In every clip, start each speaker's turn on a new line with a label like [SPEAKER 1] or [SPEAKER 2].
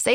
[SPEAKER 1] Say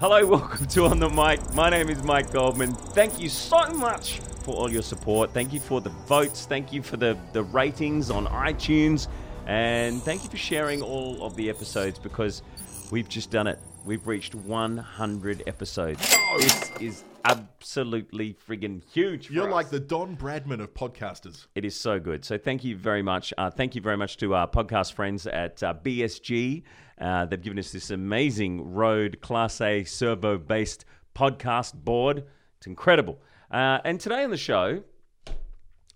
[SPEAKER 2] Hello, welcome to On the Mic. My name is Mike Goldman. Thank you so much for all your support. Thank you for the votes. Thank you for the, the ratings on iTunes. And thank you for sharing all of the episodes because we've just done it. We've reached 100 episodes. This is absolutely friggin' huge. for
[SPEAKER 3] You're
[SPEAKER 2] us.
[SPEAKER 3] like the Don Bradman of podcasters.
[SPEAKER 2] It is so good. So thank you very much. Uh, thank you very much to our podcast friends at uh, BSG. Uh, they've given us this amazing Rode Class A servo based podcast board. It's incredible. Uh, and today on the show,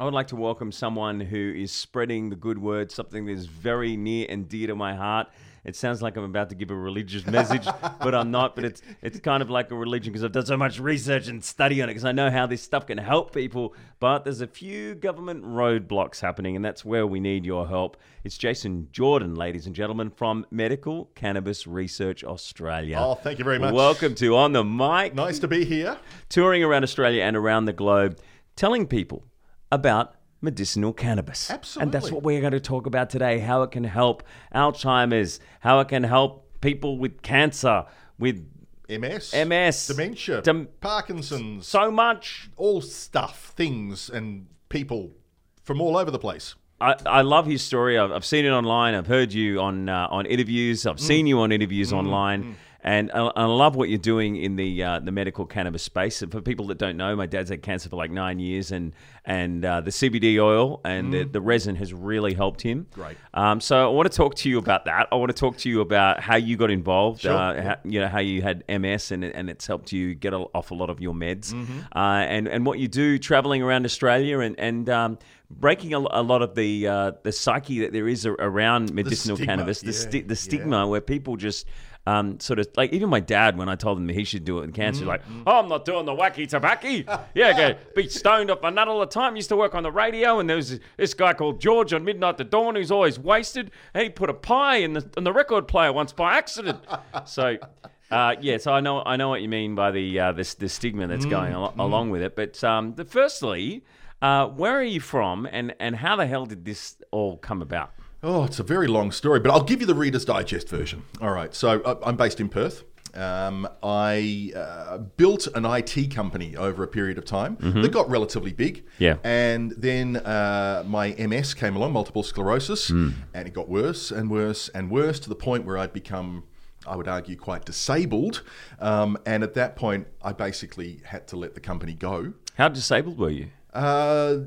[SPEAKER 2] I would like to welcome someone who is spreading the good word, something that is very near and dear to my heart. It sounds like I'm about to give a religious message, but I'm not. But it's it's kind of like a religion because I've done so much research and study on it because I know how this stuff can help people. But there's a few government roadblocks happening, and that's where we need your help. It's Jason Jordan, ladies and gentlemen, from Medical Cannabis Research Australia.
[SPEAKER 3] Oh, thank you very much.
[SPEAKER 2] Welcome to On the Mic
[SPEAKER 3] Nice to be here.
[SPEAKER 2] touring around Australia and around the globe, telling people about medicinal cannabis. And that's
[SPEAKER 3] Absolutely.
[SPEAKER 2] what we're going to talk about today how it can help Alzheimer's, how it can help people with cancer, with
[SPEAKER 3] MS,
[SPEAKER 2] MS,
[SPEAKER 3] dementia,
[SPEAKER 2] Dem-
[SPEAKER 3] Parkinson's,
[SPEAKER 2] so much.
[SPEAKER 3] all stuff, things, and people from all over the place.
[SPEAKER 2] I, I love his story. I've, I've seen it online. I've heard you on uh, on interviews. I've seen you on interviews online, and I, I love what you're doing in the uh, the medical cannabis space. And for people that don't know, my dad's had cancer for like nine years, and and uh, the CBD oil and the, the resin has really helped him.
[SPEAKER 3] Great.
[SPEAKER 2] Um, so I want to talk to you about that. I want to talk to you about how you got involved. Uh, how, you know how you had MS and it- and it's helped you get a, off a lot of your meds,
[SPEAKER 3] Mm-hmm.
[SPEAKER 2] uh, and and what you do traveling around Australia and and um, breaking a, lo- a lot of the uh, the psyche that there is a, around medicinal
[SPEAKER 3] stigma,
[SPEAKER 2] cannabis, the
[SPEAKER 3] yeah,
[SPEAKER 2] sti- the
[SPEAKER 3] yeah.
[SPEAKER 2] stigma where people just. Um, sort of like even my dad when I told him he should do it in cancer, like, oh, I'm not doing the wacky tabacky. Yeah, go be stoned up a nut all the time. Used to work on the radio, and there was this guy called George on Midnight to Dawn who's always wasted. And he put a pie in the in the record player once by accident. so, uh, yeah, so I know I know what you mean by the uh, this the stigma that's going al- along with it. But um, the, firstly, uh, where are you from, and and how the hell did this all come about?
[SPEAKER 3] Oh, it's a very long story, but I'll give you the Reader's Digest version. All right, so I- I'm based in Perth. Um, I uh, built an IT company over a period of time that got relatively big.
[SPEAKER 2] Yeah.
[SPEAKER 3] And then uh, my MS came along, multiple sclerosis, and it got worse and worse and worse to the point where I'd become, I would argue, quite disabled. Um, and at that point, I basically had to let the company go.
[SPEAKER 2] How disabled were you?
[SPEAKER 3] Uh,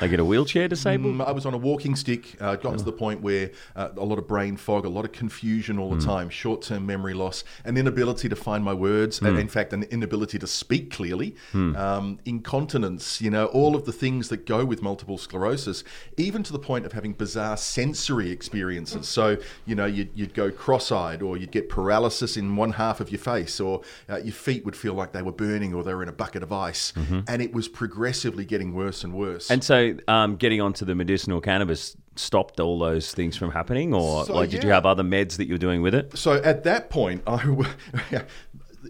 [SPEAKER 2] Like in a wheelchair disabled?
[SPEAKER 3] Mm, I was on a walking stick. Uh, it got to the point where uh, a lot of brain fog, a lot of confusion all the time, short term memory loss, an inability to find my words, and in fact, an inability to speak clearly, um, incontinence, you know, all of the things that go with multiple sclerosis, even to the point of having bizarre sensory experiences. So, you know, you'd, you'd go cross eyed, or you'd get paralysis in one half of your face, or uh, your feet would feel like they were burning or they were in a bucket of ice. And it was progressively getting worse and worse.
[SPEAKER 2] And so, um, getting onto the medicinal cannabis stopped all those things from happening, or
[SPEAKER 3] So,
[SPEAKER 2] like, did you
[SPEAKER 3] yeah.
[SPEAKER 2] have other meds that you were doing with it?
[SPEAKER 3] so at that point, I w-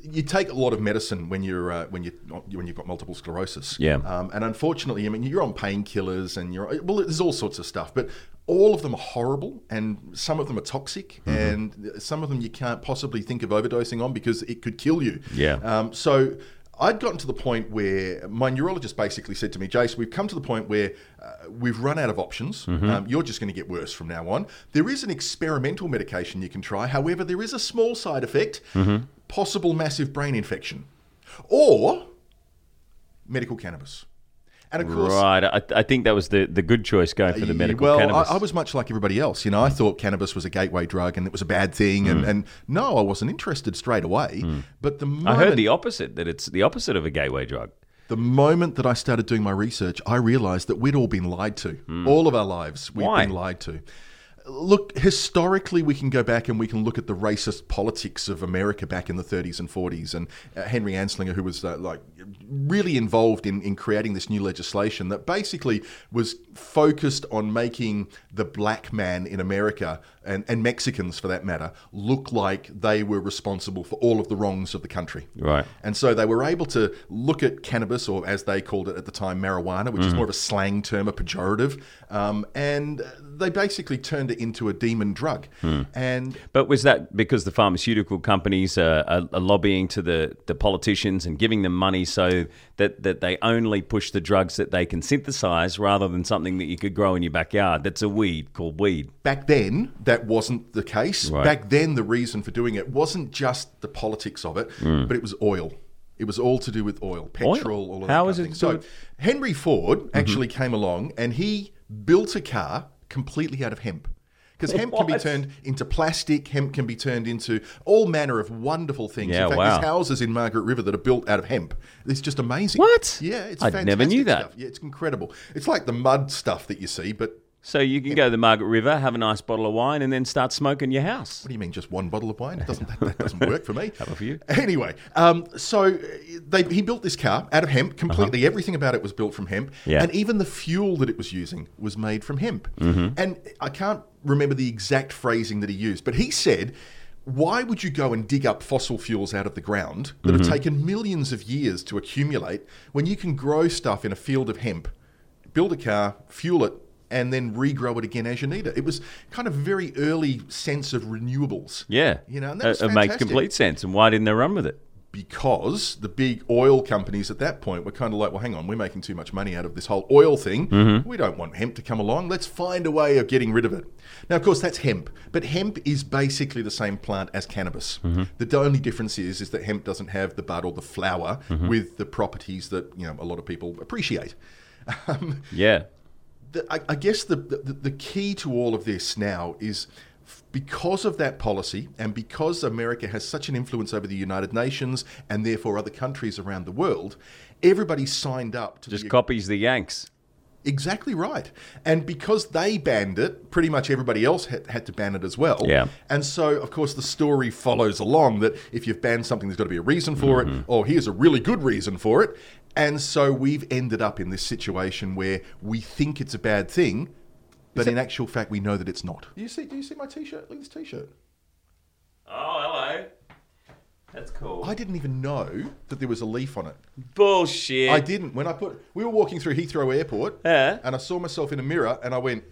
[SPEAKER 3] you take a lot of medicine when you're uh, when you when you've got multiple sclerosis.
[SPEAKER 2] Yeah.
[SPEAKER 3] Um, and unfortunately, I mean, you're on painkillers and you're well, there's all sorts of stuff, but all of them are horrible, and some of them are toxic, and some of them you can't possibly think of overdosing on because it could kill you.
[SPEAKER 2] Yeah.
[SPEAKER 3] Um, so. I'd gotten to the point where my neurologist basically said to me, Jace, we've come to the point where uh, we've run out of options.
[SPEAKER 2] Mm-hmm.
[SPEAKER 3] Um, you're just going to get worse from now on. There is an experimental medication you can try. However, there is a small
[SPEAKER 2] Mm-hmm.
[SPEAKER 3] side effect possible massive brain infection. Or medical cannabis. And of course,
[SPEAKER 2] right. I, I think that was the, the good choice going for the medical
[SPEAKER 3] well,
[SPEAKER 2] cannabis. Mm.
[SPEAKER 3] I, I was much like everybody else. You know, I thought cannabis was a gateway drug and it was a bad thing. And, and no, I wasn't interested straight away. But the
[SPEAKER 2] Mm. I
[SPEAKER 3] moment,
[SPEAKER 2] heard the opposite, that it's the opposite of a gateway drug.
[SPEAKER 3] the moment that I started doing my research, I realized that we'd all been lied to. All of our lives, we've
[SPEAKER 2] Hmm. Why?
[SPEAKER 3] been lied to. Look, historically, we can go back and we can look at the racist politics of America back in the 30s and 40s. And uh, Henry Anslinger, who was uh, like really involved in, in creating this new legislation that basically was focused on making the black man in America and, and Mexicans, for that matter, look like they were responsible for all of the wrongs of the country.
[SPEAKER 2] Right.
[SPEAKER 3] And so they were able to look at cannabis, or as they called it at the time, marijuana, which is more of a slang term, a pejorative. Um, and they basically turned it into a demon drug. And
[SPEAKER 2] But was that because the pharmaceutical companies are, are, are lobbying to the, the politicians and giving them money so that, that they only push the drugs that they can synthesize rather than something that you could grow in your backyard? That's a weed called weed.
[SPEAKER 3] back then, that wasn't the case.
[SPEAKER 2] Right.
[SPEAKER 3] Back then, the reason for doing it wasn't just the politics of it,
[SPEAKER 2] Mm.
[SPEAKER 3] but it was oil. It was all to do with oil, petrol, all of that.
[SPEAKER 2] How
[SPEAKER 3] kind
[SPEAKER 2] is
[SPEAKER 3] of
[SPEAKER 2] it Mm-hmm.
[SPEAKER 3] thing.
[SPEAKER 2] to
[SPEAKER 3] So
[SPEAKER 2] do-
[SPEAKER 3] Henry Ford actually came along and he built a car completely out of hemp. Because hemp can be
[SPEAKER 2] What?
[SPEAKER 3] turned into plastic, hemp can be turned into all manner of wonderful things.
[SPEAKER 2] Yeah,
[SPEAKER 3] in fact,
[SPEAKER 2] wow.
[SPEAKER 3] there's houses in Margaret River that are built out of hemp. It's just amazing.
[SPEAKER 2] What?
[SPEAKER 3] Yeah, it's
[SPEAKER 2] I'd
[SPEAKER 3] fantastic
[SPEAKER 2] never knew that.
[SPEAKER 3] Stuff. Yeah, it's incredible. It's like the mud stuff that you see, but what
[SPEAKER 2] So you can go to the Margaret River, have a nice bottle of wine, and then start smoking your house.
[SPEAKER 3] do you mean just one bottle of wine? It doesn't that, that doesn't work for me.
[SPEAKER 2] Have a few.
[SPEAKER 3] Anyway, um, so uh, they, he built this car out of hemp completely. Everything about it was built from hemp,
[SPEAKER 2] Uh-huh. Yeah.
[SPEAKER 3] and even the fuel that it was using was made from hemp. And I can't remember the exact phrasing that he used, but he said, "Why would you go and dig up fossil fuels out of the ground that have taken millions of years to accumulate when you can grow stuff in a field of hemp, build a car, fuel it?" And then regrow it again as you need it. It was kind of very early sense of renewables.
[SPEAKER 2] Yeah.
[SPEAKER 3] you know, and
[SPEAKER 2] Uh,
[SPEAKER 3] that was
[SPEAKER 2] it makes
[SPEAKER 3] fantastic
[SPEAKER 2] complete sense. And why didn't they run with it?
[SPEAKER 3] because the big oil companies at that point were kind of like, well, hang on, we're making too much money out of this whole oil thing. We don't want hemp to come along. Let's find a way of getting rid of it. Now, of course, that's hemp, but hemp is basically the same plant as cannabis. The only difference is is that hemp doesn't have the bud or the flower with the properties that you know a lot of people appreciate. Um,
[SPEAKER 2] Yeah.
[SPEAKER 3] the, I, I guess the, the the key to all of this now is f- because of that policy and because America has such an influence over the United Nations and therefore other countries around the world, everybody signed up to
[SPEAKER 2] Just
[SPEAKER 3] the,
[SPEAKER 2] copies the Yanks.
[SPEAKER 3] exactly right. And because they banned it, pretty much everybody else had, had to ban it as well.
[SPEAKER 2] Yeah.
[SPEAKER 3] And so, of course, the story follows along that if you've banned something, there's got to be a reason for it. Oh, here's a really good reason for it. And so we've ended up in this situation where we think it's a bad thing, but in actual fact, we know that it's not. Do you see? Do you see my T-shirt? Look at this T-shirt.
[SPEAKER 2] Oh, hello. That's cool.
[SPEAKER 3] I didn't even know that there was a leaf on it.
[SPEAKER 2] Bullshit.
[SPEAKER 3] I didn't. When I put, we were walking through Heathrow Airport,
[SPEAKER 2] Yeah.
[SPEAKER 3] and I saw myself in a mirror, and I went,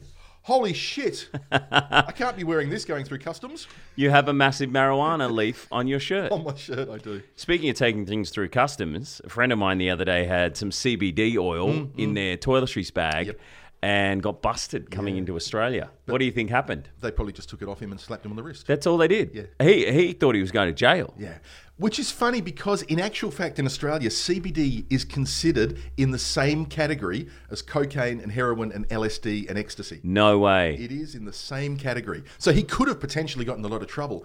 [SPEAKER 3] "Holy shit! I can't be wearing this going through customs."
[SPEAKER 2] You have a massive marijuana leaf on your shirt.
[SPEAKER 3] On my shirt, I do.
[SPEAKER 2] Speaking of taking things through customs, a friend of mine the other day had some CBD oil
[SPEAKER 3] Mm,
[SPEAKER 2] in their toiletries bag and got busted coming into Australia. what do you think happened?
[SPEAKER 3] They probably just took it off him and slapped him on the wrist.
[SPEAKER 2] That's all they did. He he thought he was going to jail.
[SPEAKER 3] yeah, which is funny because in actual fact, in Australia, CBD is considered in the same category as cocaine and heroin and LSD and ecstasy.
[SPEAKER 2] No way.
[SPEAKER 3] It is in the same category, so he could have potentially gotten a lot of trouble.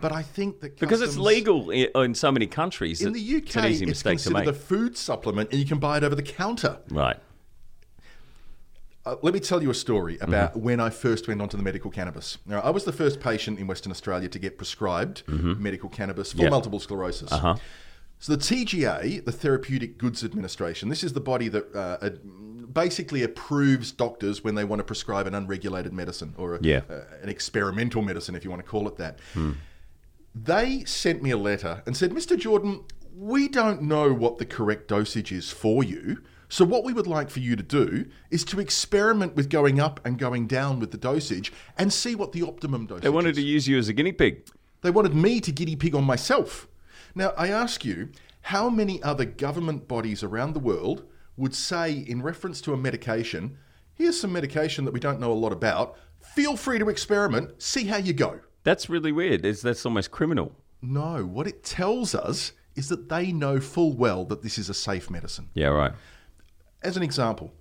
[SPEAKER 3] But I think that
[SPEAKER 2] because it's
[SPEAKER 3] customs-
[SPEAKER 2] legal in, in so many countries.
[SPEAKER 3] In the
[SPEAKER 2] it's an
[SPEAKER 3] UK,
[SPEAKER 2] easy
[SPEAKER 3] it's
[SPEAKER 2] mistake to
[SPEAKER 3] considered
[SPEAKER 2] make.
[SPEAKER 3] a food supplement, and you can buy it over the counter.
[SPEAKER 2] right.
[SPEAKER 3] Uh, let me tell you a story
[SPEAKER 2] Mm-hmm.
[SPEAKER 3] about when I first went onto the medical cannabis. Now, I was the first patient in Western Australia to get prescribed medical cannabis for
[SPEAKER 2] Mm-hmm. Yeah. Uh-huh.
[SPEAKER 3] multiple sclerosis. So, the TGA, the Therapeutic Goods Administration, this is the body that uh, ad- basically approves doctors when they want to prescribe an unregulated medicine or a,
[SPEAKER 2] Yeah.
[SPEAKER 3] uh, an experimental medicine, if you want to call it that. They sent me a letter and said, Mr. Jordan, we don't know what the correct dosage is for you. So, what we would like for you to do is to experiment with going up and going down with the dosage and see what the optimum dosage
[SPEAKER 2] They wanted
[SPEAKER 3] is.
[SPEAKER 2] to use you as a guinea pig.
[SPEAKER 3] They wanted me to guinea pig on myself. Now, I ask you, how many other government bodies around the world would say, in reference to a medication, here's some medication that we don't know a lot about, feel free to experiment, see how you go?
[SPEAKER 2] That's really weird. It's, that's almost criminal.
[SPEAKER 3] No, what it tells us is that they know full well that this is a safe medicine.
[SPEAKER 2] Yeah, right.
[SPEAKER 3] As an example,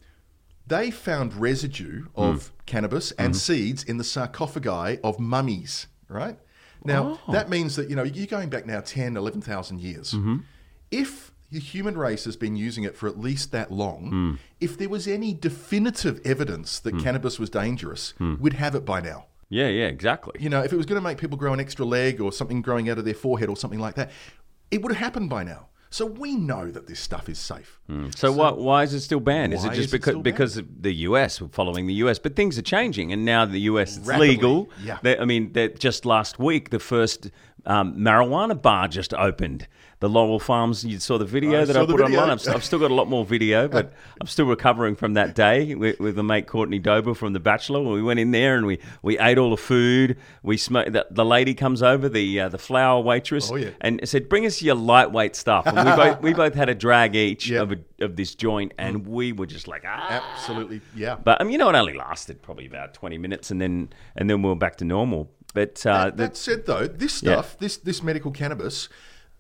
[SPEAKER 3] they found residue of cannabis and seeds in the sarcophagi of mummies, right? Now, that means that, you know, you're going back now 10, 11,000 years. If the human race has been using it for at least that long, if there was any definitive evidence that cannabis was dangerous, we'd have it by now.
[SPEAKER 2] Yeah, yeah, exactly.
[SPEAKER 3] You know, if it was going to make people grow an extra leg or something growing out of their forehead or something like that, it would have happened by now. So we know that this stuff is safe.
[SPEAKER 2] So, why, why is it still banned? Is it
[SPEAKER 3] Why
[SPEAKER 2] just
[SPEAKER 3] is it
[SPEAKER 2] because
[SPEAKER 3] still banned?
[SPEAKER 2] because of the US were following the US, but things are changing, and now the US it's
[SPEAKER 3] Rapidly,
[SPEAKER 2] legal.
[SPEAKER 3] yeah.
[SPEAKER 2] They- I mean, they- just last week the first um, marijuana bar just opened. The Laurel Farms. You saw the video
[SPEAKER 3] I
[SPEAKER 2] that
[SPEAKER 3] saw
[SPEAKER 2] I
[SPEAKER 3] the
[SPEAKER 2] put
[SPEAKER 3] video.
[SPEAKER 2] online. I've, s- I've still got a lot more video, but I'm still recovering from that day with, with the mate Courtney Dober from The Bachelor. We went in there and we, we ate all the food. We smoked. The, the lady comes over, the uh, the flower waitress,
[SPEAKER 3] Oh, yeah.
[SPEAKER 2] and said, "Bring us your lightweight stuff." And we both we both had a drag each
[SPEAKER 3] Yeah. Mm.
[SPEAKER 2] of a, of this joint, and we were just like, ah.
[SPEAKER 3] Absolutely, yeah.
[SPEAKER 2] But um, you know, it only lasted probably about twenty minutes, and then and then we were back to normal. But uh,
[SPEAKER 3] that, that said, though, this
[SPEAKER 2] Yeah.
[SPEAKER 3] stuff, this this medical cannabis,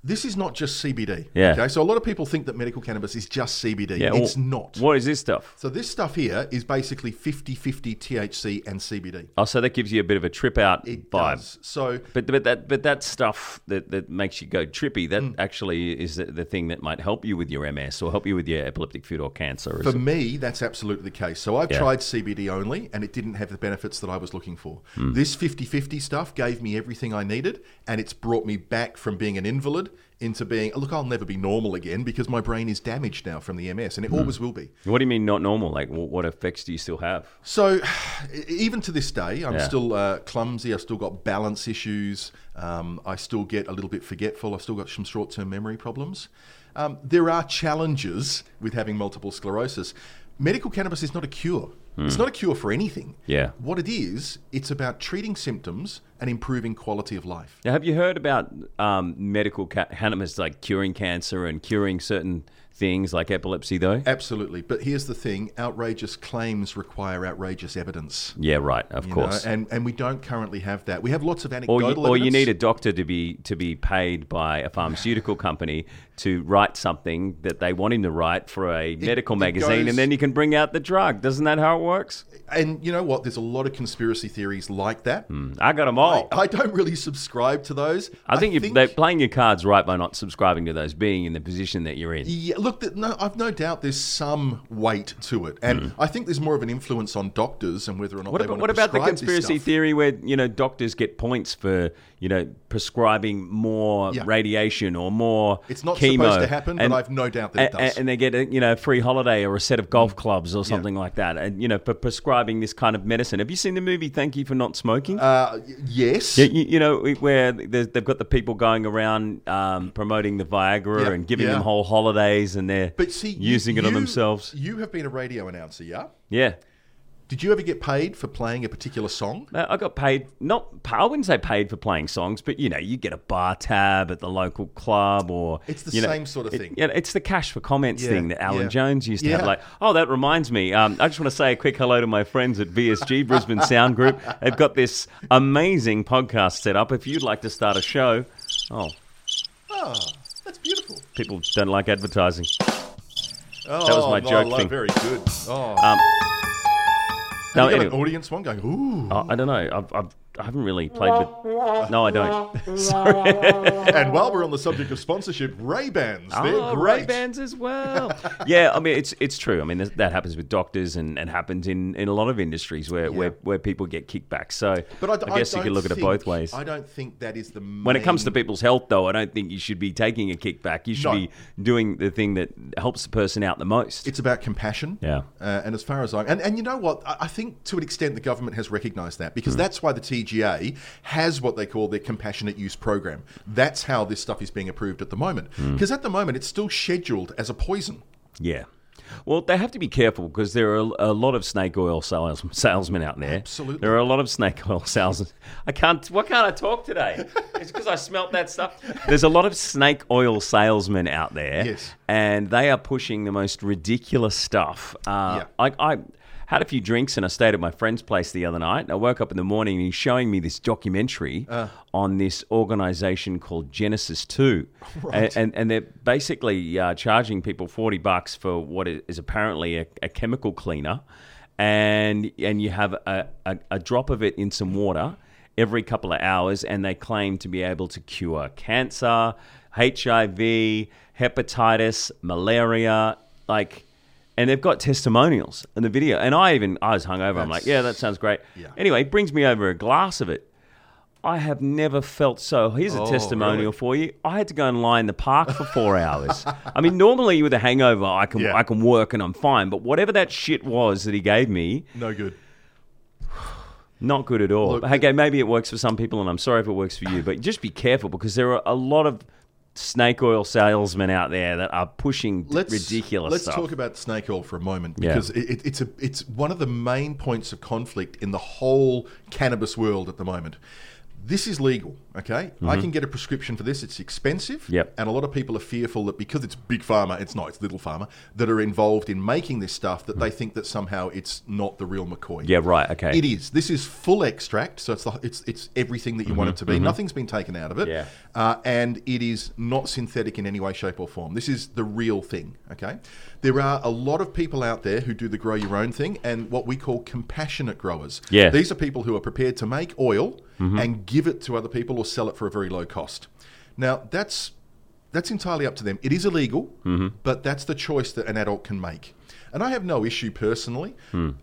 [SPEAKER 3] this is not just CBD.
[SPEAKER 2] Yeah.
[SPEAKER 3] Okay, so a lot of people think that medical cannabis is just CBD.
[SPEAKER 2] yeah,
[SPEAKER 3] it's
[SPEAKER 2] well,
[SPEAKER 3] not.
[SPEAKER 2] What is this stuff?
[SPEAKER 3] So this stuff here is basically 50-50 THC and CBD.
[SPEAKER 2] Oh, so that gives you a bit of a trip out
[SPEAKER 3] It
[SPEAKER 2] vibe.
[SPEAKER 3] does. So
[SPEAKER 2] But but that but that stuff that, that makes you go trippy. That
[SPEAKER 3] Mm.
[SPEAKER 2] actually is the, the thing that might help you with your MS or help you with your epileptic foot or cancer.
[SPEAKER 3] for
[SPEAKER 2] Is it?
[SPEAKER 3] me, that's absolutely the case. So I've
[SPEAKER 2] Yeah.
[SPEAKER 3] tried CBD only, and it didn't have the benefits that I was looking for.
[SPEAKER 2] Hmm.
[SPEAKER 3] This 50-50 stuff gave me everything I needed, and it's brought me back from being an invalid into being, look, I'll never be normal again because my brain is damaged now from the MS,
[SPEAKER 2] Hmm.
[SPEAKER 3] and it always will be.
[SPEAKER 2] What do you mean not normal? Like what, what effects do you still have?
[SPEAKER 3] So, even to this day, I'm
[SPEAKER 2] Yeah.
[SPEAKER 3] still uh, clumsy. I've still got balance issues. Um, I still get a little bit forgetful. I've still got some short term memory problems. Um, there are challenges with having multiple sclerosis. Medical cannabis is not a cure, it's not a cure for anything.
[SPEAKER 2] Hmm. Yeah.
[SPEAKER 3] What it is, it's about treating symptoms and improving quality of life.
[SPEAKER 2] Now, have you heard about um, medical ca- cannabis like curing cancer and curing certain things like epilepsy though?
[SPEAKER 3] Absolutely. But here's the thing outrageous claims require outrageous evidence.
[SPEAKER 2] Yeah, right. Of
[SPEAKER 3] you know,
[SPEAKER 2] course.
[SPEAKER 3] and, and we don't currently have that. We have lots of
[SPEAKER 2] or
[SPEAKER 3] anecdotal
[SPEAKER 2] you, or you
[SPEAKER 3] evidence.
[SPEAKER 2] need a doctor to be to be paid by a pharmaceutical company to write something that they want him to write for a medical
[SPEAKER 3] it
[SPEAKER 2] magazine,
[SPEAKER 3] goes-
[SPEAKER 2] and then you can bring out the drug. Doesn't that how it works?
[SPEAKER 3] And you know what? There's a lot of conspiracy theories like that.
[SPEAKER 2] I got them all.
[SPEAKER 3] I don't really subscribe to those.
[SPEAKER 2] Hmm. I think, you they're playing your cards right by not subscribing to those, being in the position that you're in.
[SPEAKER 3] Yeah, look, th- no, I've no doubt there's some weight to it, and I think there's more of an influence on doctors and whether or not
[SPEAKER 2] Hmm. What
[SPEAKER 3] they
[SPEAKER 2] about,
[SPEAKER 3] want
[SPEAKER 2] what
[SPEAKER 3] to
[SPEAKER 2] about the
[SPEAKER 3] prescribe this
[SPEAKER 2] conspiracy
[SPEAKER 3] stuff.
[SPEAKER 2] theory where you know doctors get points for you know prescribing more
[SPEAKER 3] Yeah.
[SPEAKER 2] radiation or more
[SPEAKER 3] It's not
[SPEAKER 2] chemo
[SPEAKER 3] supposed to happen,
[SPEAKER 2] and-
[SPEAKER 3] but I've no doubt that it
[SPEAKER 2] and,
[SPEAKER 3] does. Mm.
[SPEAKER 2] and they get a you know free holiday or a set of golf clubs or something like that, and you know for prescribing this kind of medicine. Have you seen the movie Thank You for Not Smoking?
[SPEAKER 3] uh, y- yes,
[SPEAKER 2] you, you know where there's- they've got the people going around um, promoting the Viagra
[SPEAKER 3] Yeah,
[SPEAKER 2] and giving
[SPEAKER 3] yeah.
[SPEAKER 2] them whole holidays, and they're
[SPEAKER 3] but see, you-
[SPEAKER 2] using it on
[SPEAKER 3] you-
[SPEAKER 2] themselves.
[SPEAKER 3] You have been a radio announcer, yeah.
[SPEAKER 2] Yeah.
[SPEAKER 3] Did you ever get paid for playing a particular song?
[SPEAKER 2] Uh, I got paid not. pa- I wouldn't say paid for playing songs, but you know, you get a bar tab at the local club, or
[SPEAKER 3] It's the
[SPEAKER 2] you know,
[SPEAKER 3] same sort of
[SPEAKER 2] it-
[SPEAKER 3] thing.
[SPEAKER 2] yeah, it's the cash for comments
[SPEAKER 3] Yeah,
[SPEAKER 2] thing that Alan
[SPEAKER 3] yeah.
[SPEAKER 2] Jones used to have.
[SPEAKER 3] Yeah.
[SPEAKER 2] Like, oh, that reminds me. Um, I just want to say a quick hello to my friends at BSG Brisbane Sound Group. They've got this amazing podcast set up. If you'd like to start a show, oh,
[SPEAKER 3] Ah, that's beautiful.
[SPEAKER 2] people don't like advertising.
[SPEAKER 3] Oh,
[SPEAKER 2] was my
[SPEAKER 3] no,
[SPEAKER 2] joke
[SPEAKER 3] no,
[SPEAKER 2] thing. Uh,
[SPEAKER 3] Very good. Oh, have
[SPEAKER 2] No,
[SPEAKER 3] you got
[SPEAKER 2] anyway. oh,
[SPEAKER 3] an audience one going. Ooh,
[SPEAKER 2] I I don't know. I've, I've, I haven't really played with. No, I don't. Sorry.
[SPEAKER 3] and while we're on the subject of sponsorship, Ray Bans,
[SPEAKER 2] Oh,
[SPEAKER 3] they're great.
[SPEAKER 2] Ray Bans as well. yeah, I mean it's it's true. I mean that that happens with doctors and, and happens in, in a lot of industries where, where, where people get kickbacks. So
[SPEAKER 3] But I, d-
[SPEAKER 2] I guess you
[SPEAKER 3] don't
[SPEAKER 2] could look at it
[SPEAKER 3] think-
[SPEAKER 2] both ways.
[SPEAKER 3] I don't think that is the main,
[SPEAKER 2] When it comes to people's health, though, I don't think you should be taking a kickback. You should
[SPEAKER 3] No.
[SPEAKER 2] be doing the thing that helps the person out the most.
[SPEAKER 3] It's about compassion.
[SPEAKER 2] Yeah.
[SPEAKER 3] Uh, and as far as I and and you know what, I, I think to an extent the government has recognised that
[SPEAKER 2] Hmm.
[SPEAKER 3] because that's why the TGA has what they call their compassionate use program. That's how this stuff is being approved at the moment.
[SPEAKER 2] Hmm.
[SPEAKER 3] Because at the moment it's still scheduled as a poison.
[SPEAKER 2] yeah. Well, they have to be careful because there are a lot of snake oil sales, salesmen out there.
[SPEAKER 3] Absolutely.
[SPEAKER 2] There are a lot of snake oil salesmen. I can't. Why can't I talk today? It's because I smelt that stuff. There's a lot of snake oil salesmen out there.
[SPEAKER 3] Yes.
[SPEAKER 2] And they are pushing the most ridiculous stuff. Uh,
[SPEAKER 3] Yeah.
[SPEAKER 2] I, I, had a few drinks and I stayed at my friend's place the other night. And I woke up in the morning and he's showing me this documentary on this organization called Genesis 2. And, and, and they're basically uh, charging people 40 bucks for what is apparently a, a chemical cleaner. And, and you have a, a, a drop of it in some water every couple of hours, and they claim to be able to cure cancer, HIV, hepatitis, malaria, like, and they've got testimonials in the video. And I even I was hungover. I'm like, yeah, that sounds great.
[SPEAKER 3] Yeah.
[SPEAKER 2] Anyway, he brings me over a glass of it. I have never felt so. Here's a
[SPEAKER 3] Oh,
[SPEAKER 2] testimonial for you. I had to go and lie in the park for four hours. I mean, normally with a hangover, I can
[SPEAKER 3] Yeah.
[SPEAKER 2] I can work and I'm fine. But whatever that shit was that he gave me,
[SPEAKER 3] No good.
[SPEAKER 2] not good at all.
[SPEAKER 3] Look,
[SPEAKER 2] okay, maybe it works for some people, and I'm sorry if it works for you, but just be careful because there are a lot of snake oil salesmen out there that are pushing
[SPEAKER 3] let's,
[SPEAKER 2] ridiculous
[SPEAKER 3] Let's
[SPEAKER 2] stuff.
[SPEAKER 3] talk about snake oil for a moment
[SPEAKER 2] Yeah.
[SPEAKER 3] because it, it, it's a it's one of the main points of conflict in the whole cannabis world at the moment. This is legal, okay? I can get a prescription for this. It's expensive,
[SPEAKER 2] Mm-hmm. Yep.
[SPEAKER 3] and a lot of people are fearful that because it's big pharma, it's not, it's little pharma that are involved in making this stuff that they think that somehow it's not the real McCoy.
[SPEAKER 2] Hmm. yeah, right. Okay.
[SPEAKER 3] It is. This is full extract, so it's the, it's it's everything that you want it to be. Nothing's been taken out of it,
[SPEAKER 2] Mm-hmm. Yeah.
[SPEAKER 3] uh, and it is not synthetic in any way, shape, or form. This is the real thing. Okay, there are a lot of people out there who do the grow your own thing and what we call compassionate growers.
[SPEAKER 2] Yeah.
[SPEAKER 3] these are people who are prepared to make oil and give it to other people or sell it for a very low cost. Now that's that's entirely up to them. It is illegal, but that's the choice that an adult can make. And I have no issue personally.